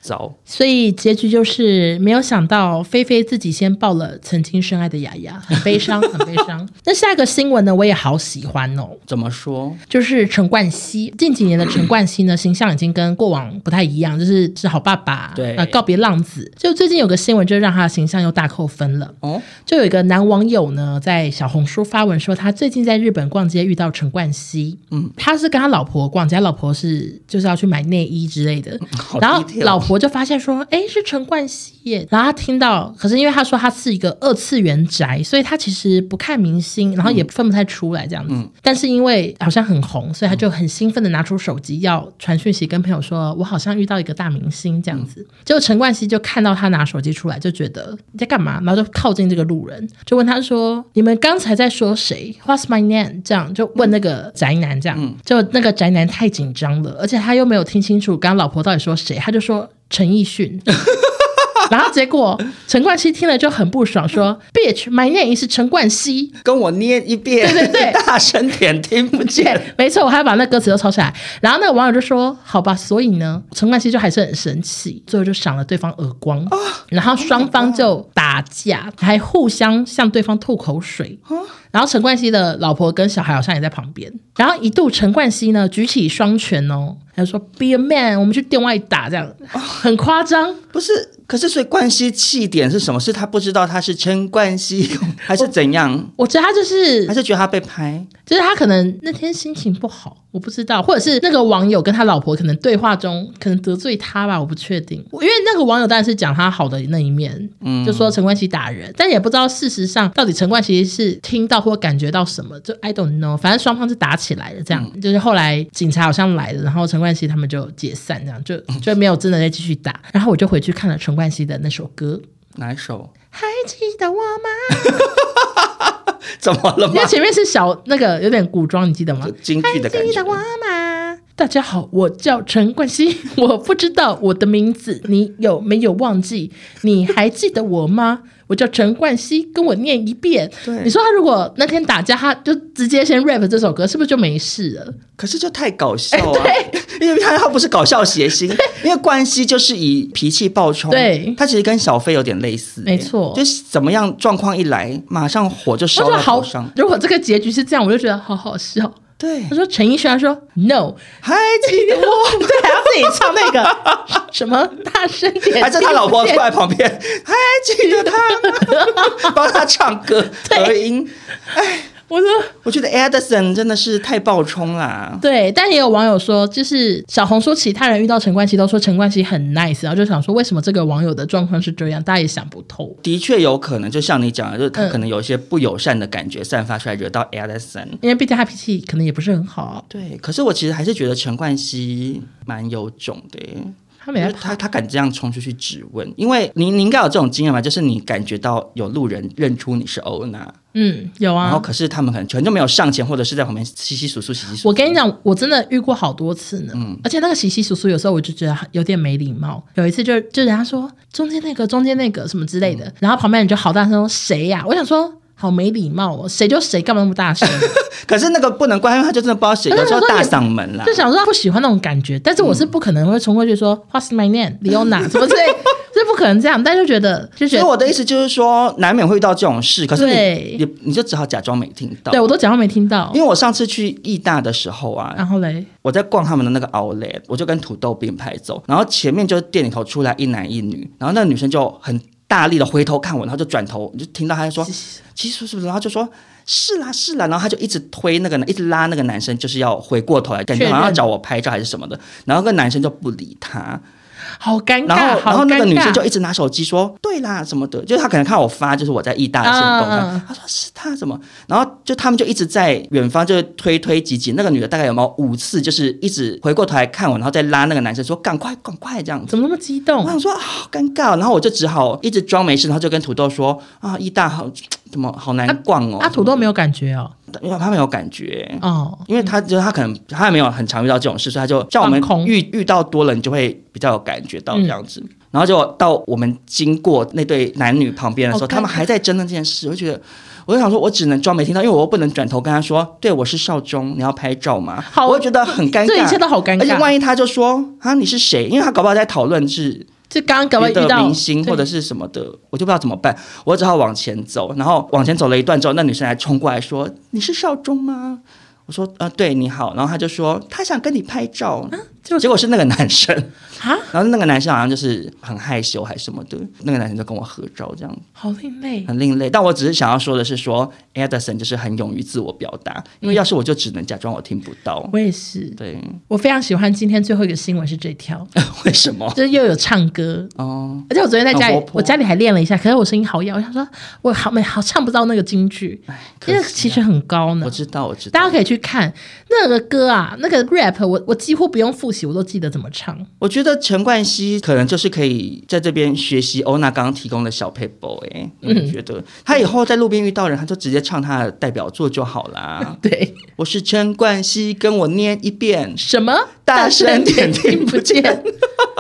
[SPEAKER 3] 糟。
[SPEAKER 1] 所以结局就是没有想到菲菲自己先抱了曾经深爱的雅雅，很悲伤，很悲 伤。那下一个新闻呢，我也好喜欢哦。
[SPEAKER 3] 怎么说？
[SPEAKER 1] 就是陈冠希，近几年的陈冠希呢，形象已经跟过往不太一样，就是是好爸爸，
[SPEAKER 3] 对
[SPEAKER 1] 啊，告别浪子。就最近有个新闻，就让他的形象又大扣分了。
[SPEAKER 3] 哦，
[SPEAKER 1] 就有一个男网友呢，在小红书发文说，他最近在日本逛街遇到陈冠希，嗯，他是跟他老婆逛街，他老婆是就是要去买内衣之类的，
[SPEAKER 3] 好
[SPEAKER 1] 然后
[SPEAKER 3] detail
[SPEAKER 1] 老婆就发现说，哎、是陈冠希耶，然后他听到，可是因为他说他是一个二次元宅，所以他其实不看明星，然后也分不太出来这样子，但是因为好像很红，所以他就很兴奋的拿出手机要传讯息跟朋友说，我好像遇到一个大明星这样子，结果陈冠希就看到他拿手机出来，就觉得你在干嘛，然后就靠近这个路人，就问他说：“你们刚才在说谁？What's my name？” 这样就问那个宅男，这样、就那个宅男太紧张了，而且他又没有听清楚刚刚老婆到底说谁，他就说陈奕迅。 然后结果陈冠希听了就很不爽，说：“Bitch, my name 是陈冠希。”
[SPEAKER 3] 跟我念一遍，
[SPEAKER 1] 对对对
[SPEAKER 3] 大声点，听不见。
[SPEAKER 1] 对， 没错，我还把那歌词都抄下来。然后那个网友就说：“好吧，所以呢，陈冠希就还是很生气，最后就赏了对方耳光，然后双方就打架，还互相向对方吐口水。然后陈冠希的老婆跟小孩好像也在旁边。然后一度陈冠希呢举起双拳哦，他就说 ‘Be a man’，我们去店外打，这样很夸张。”
[SPEAKER 3] 不是，可是所以冠希气点是什么？是他不知道他是陈冠希，还是怎样？
[SPEAKER 1] 我觉得他就是
[SPEAKER 3] 还是觉得他被拍？
[SPEAKER 1] 就是他可能那天心情不好，我不知道，或者是那个网友跟他老婆可能对话中可能得罪他吧，我不确定。因为那个网友当然是讲他好的那一面，就说陈冠希打人，但也不知道事实上到底陈冠希是听到或感觉到什么，就 I don't know。反正双方就打起来了，这样、就是后来警察好像来了，然后陈冠希他们就解散，这样就就没有真的再继续打。然后我就回去看了陈冠希的那首歌，
[SPEAKER 3] 哪一首？
[SPEAKER 1] 还记得我吗？
[SPEAKER 3] 怎么了
[SPEAKER 1] 因
[SPEAKER 3] 吗
[SPEAKER 1] 为？前面是小那个有点古装，你记得吗？
[SPEAKER 3] 京剧的感
[SPEAKER 1] 还记
[SPEAKER 3] 觉
[SPEAKER 1] 得我。吗？大家好，我叫陈冠希， 我不知道我的名字，你有没有忘记？你还记得我吗？我叫陈冠希，跟我念一遍。
[SPEAKER 3] 对
[SPEAKER 1] 你说他如果那天打架，他就直接先 rap 这首歌，是不是就没事了？
[SPEAKER 3] 可是就太搞笑 啊！因为他他不是搞笑谐星，因为冠希就是以脾气暴冲，
[SPEAKER 1] 对
[SPEAKER 3] 他其实跟小飞有点类似、
[SPEAKER 1] 没错
[SPEAKER 3] 就是怎么样状况一来，马上火就
[SPEAKER 1] 我
[SPEAKER 3] 烧
[SPEAKER 1] 觉得
[SPEAKER 3] 到
[SPEAKER 1] 好
[SPEAKER 3] 头上。，
[SPEAKER 1] 如果这个结局是这样，我就觉得好好笑。
[SPEAKER 3] 对
[SPEAKER 1] 他，说陈奕迅，他说 no，
[SPEAKER 3] 还记得我，
[SPEAKER 1] 对，还要自己唱那个 什么大声点，
[SPEAKER 3] 还是他老婆坐在旁 边，还哎记得他吗，帮他唱歌合音。
[SPEAKER 1] 我说。
[SPEAKER 3] 我觉得 Edison 真的是太暴冲啦。
[SPEAKER 1] 对，但也有网友说，就是小红书其他人遇到陈冠希都说陈冠希很 nice，然后就想说为什么这个网友的状况是这样，大家也想不透。
[SPEAKER 3] 的确有可能，就像你讲的，就是他可能有一些不友善的感觉散发出来，惹到 Edison。
[SPEAKER 1] 因为毕竟他脾气可能也不是很好啊，
[SPEAKER 3] 对，可是我其实还是觉得陈冠希蛮有种的耶，
[SPEAKER 1] 他
[SPEAKER 3] 因
[SPEAKER 1] 没在
[SPEAKER 3] 为
[SPEAKER 1] 怕
[SPEAKER 3] 他他敢这样冲出去质问，因为你你应该有这种经验吧，就是你感觉到有路人认出你是欧娜，
[SPEAKER 1] 嗯，有
[SPEAKER 3] 然后
[SPEAKER 1] 啊。
[SPEAKER 3] 可是他们可能全就没有上前，或者是在旁边稀稀疏疏稀稀疏疏。
[SPEAKER 1] 我跟你讲，我真的遇过好多次呢，
[SPEAKER 3] 嗯
[SPEAKER 1] 而且那个洗洗簌簌，有时候我就觉得有点没礼貌。有一次就
[SPEAKER 3] 嗯
[SPEAKER 1] 就人家说中间那个中间那个什么之类的，然后旁边人就好大声说谁呀、我想说。好没礼貌哦，谁就谁，干嘛那么大声？
[SPEAKER 3] 可是那个不能怪，因为他就真的不知道写，
[SPEAKER 1] 可是
[SPEAKER 3] 有时候
[SPEAKER 1] 我说
[SPEAKER 3] 大嗯
[SPEAKER 1] 也
[SPEAKER 3] 嗓门啦
[SPEAKER 1] 就。想说他不喜欢那种感觉，但是我是不可能会冲过去说、What's my name, Leona 什么之类， 这不可能这样，但就觉得就觉
[SPEAKER 3] 所以
[SPEAKER 1] 得
[SPEAKER 3] 我的意思就是说，难免会遇到这种事，可是
[SPEAKER 1] 对
[SPEAKER 3] 你你你就只好假装没听到。
[SPEAKER 1] 对我都嗯假装没听到
[SPEAKER 3] 因为，我上次去义大的时候啊，
[SPEAKER 1] 然后嘞，
[SPEAKER 3] 我在逛他们的那个 outlet，我就跟土豆并排走，然后前面就是店里头出来一男一女，然后那个女生就很大力的回头看我，然后就转头，我就听到她说，其实是不是？然后就说。是啦是啦，然后她就一直推那个男，一直拉那个男生，就是要回过头来，感觉
[SPEAKER 1] 确认
[SPEAKER 3] 好像要找我拍照还是什么的。然后那个男生就不理她，
[SPEAKER 1] 好尴
[SPEAKER 3] 然
[SPEAKER 1] 尬，
[SPEAKER 3] 后然
[SPEAKER 1] 好
[SPEAKER 3] 后那
[SPEAKER 1] 尴
[SPEAKER 3] 个女生就
[SPEAKER 1] 尬。
[SPEAKER 3] 一直拿手机说：“对啦，什么的。”就是她可能看我发，就是我在义大的行动，
[SPEAKER 1] 嗯嗯嗯
[SPEAKER 3] 她说是她什么，然后就他们就一直在远方就是推推挤挤。那个女的大概有没有五次，就是一直回过头来看我，然后再拉那个男生说：“赶快，赶快！”这样子。
[SPEAKER 1] 怎么那么激
[SPEAKER 3] 我
[SPEAKER 1] 动？
[SPEAKER 3] 想说啊好尴尬哦，然后我就只好一直装没事，然后就跟土豆说：“啊，义大好，怎么好难逛哦。
[SPEAKER 1] 啊，土豆没有感觉哦，
[SPEAKER 3] 因为他没有感觉。
[SPEAKER 1] 哦，
[SPEAKER 3] 因为他就是他可能他还没有很常遇到这种事，所以他就像我们
[SPEAKER 1] 放空
[SPEAKER 3] 遇遇到多了，你就会比较有感觉到
[SPEAKER 1] 嗯
[SPEAKER 3] 这样子。然后就到我们经过那对男女旁边的时
[SPEAKER 1] 好
[SPEAKER 3] 候，
[SPEAKER 1] 尴尬
[SPEAKER 3] 他们还在争论这件事，我就觉得，我就想说，我只能装没听到，因为我又不能转头跟他说，对我是少中，你要拍照吗？
[SPEAKER 1] 好
[SPEAKER 3] 我会觉得很尴
[SPEAKER 1] 这一切
[SPEAKER 3] 尬。
[SPEAKER 1] 都好尴
[SPEAKER 3] 而且
[SPEAKER 1] 尬。
[SPEAKER 3] 万一他就说啊你是谁？因为他搞不好在讨论是
[SPEAKER 1] 就刚刚搞不好
[SPEAKER 3] 别
[SPEAKER 1] 遇
[SPEAKER 3] 的
[SPEAKER 1] 到
[SPEAKER 3] 明星或者
[SPEAKER 1] 是
[SPEAKER 3] 是什么的，我就不知道怎么办，我只好往前走。然后往前走了一段之后，那女生还冲过来说：“你是少中吗？”我说：“呃，对，你好。”然后她就说：“她想跟你拍照。
[SPEAKER 1] 就
[SPEAKER 3] 结果是那个男生，
[SPEAKER 1] 啊，
[SPEAKER 3] 然后那个男生好像就是很害羞还是什么的，那个男生就跟我合照，这样
[SPEAKER 1] 好另类。
[SPEAKER 3] 很另类。但我只是想要说的是说，Edison 就是很勇于自我表达，因为要是我就只能假装我听不到。
[SPEAKER 1] 我也是，
[SPEAKER 3] 对，
[SPEAKER 1] 我非常喜欢今天最后一个新闻是这条，
[SPEAKER 3] 为什么？
[SPEAKER 1] 就是又有唱歌，
[SPEAKER 3] 哦，
[SPEAKER 1] 而且我昨天在家
[SPEAKER 3] 很
[SPEAKER 1] 里
[SPEAKER 3] 活，泼
[SPEAKER 1] 我家里还练了一下，可是我声音好哑，我想说，我好没好唱不到那个京剧，因为
[SPEAKER 3] 可惜啊
[SPEAKER 1] 其实很高呢
[SPEAKER 3] 我。知道，我知道。
[SPEAKER 1] 大家可以去看那个歌啊，那个 rap，我我几乎不用复习，我都记得怎么唱。。
[SPEAKER 3] 我觉得陈冠希可能就是可以在这边学习欧娜刚刚提供的小 paper 哎、我觉得他以后在路边遇到人，他就直接唱他的代表作就好啦
[SPEAKER 1] 对，
[SPEAKER 3] 我是陈冠希，跟我念一遍，
[SPEAKER 1] 什么
[SPEAKER 3] 大声点听不见。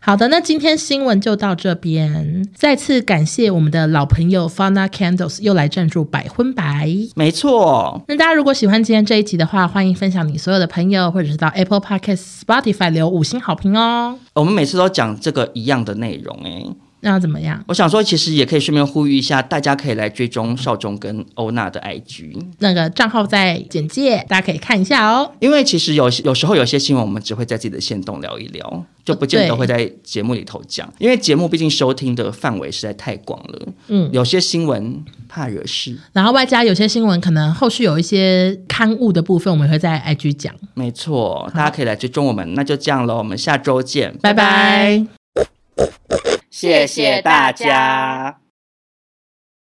[SPEAKER 1] 好的，那今天新闻就到这边。再次感谢我们的老朋友 Fana Candles 又来赞助百婚白。
[SPEAKER 3] 没错，
[SPEAKER 1] 那大家如果喜欢今天这一集的话，欢迎分享你所有的朋友，或者是到 Apple Podcast、Spotify 留五星好评哦。
[SPEAKER 3] 我们每次都讲这个一样的内容哎、
[SPEAKER 1] 那怎么样？
[SPEAKER 3] 我想说，其实也可以顺便呼吁一下，大家可以来追踪少中跟欧娜的 IG。
[SPEAKER 1] 那个账号在简介，大家可以看一下哦。
[SPEAKER 3] 因为其实有有时候有些新闻，我们只会在自己的线动聊一聊，就不见得
[SPEAKER 1] 对
[SPEAKER 3] 会在节目里头讲。因为节目毕竟收听的范围实在太广了，
[SPEAKER 1] 嗯，
[SPEAKER 3] 有些新闻怕惹事，
[SPEAKER 1] 然后外加有些新闻，可能后续有一些刊物的部分，我们会在 IG 讲。
[SPEAKER 3] 没错，大家可以来追踪我们。那就这样喽，我们下周见，
[SPEAKER 1] 拜拜
[SPEAKER 2] 谢谢大家。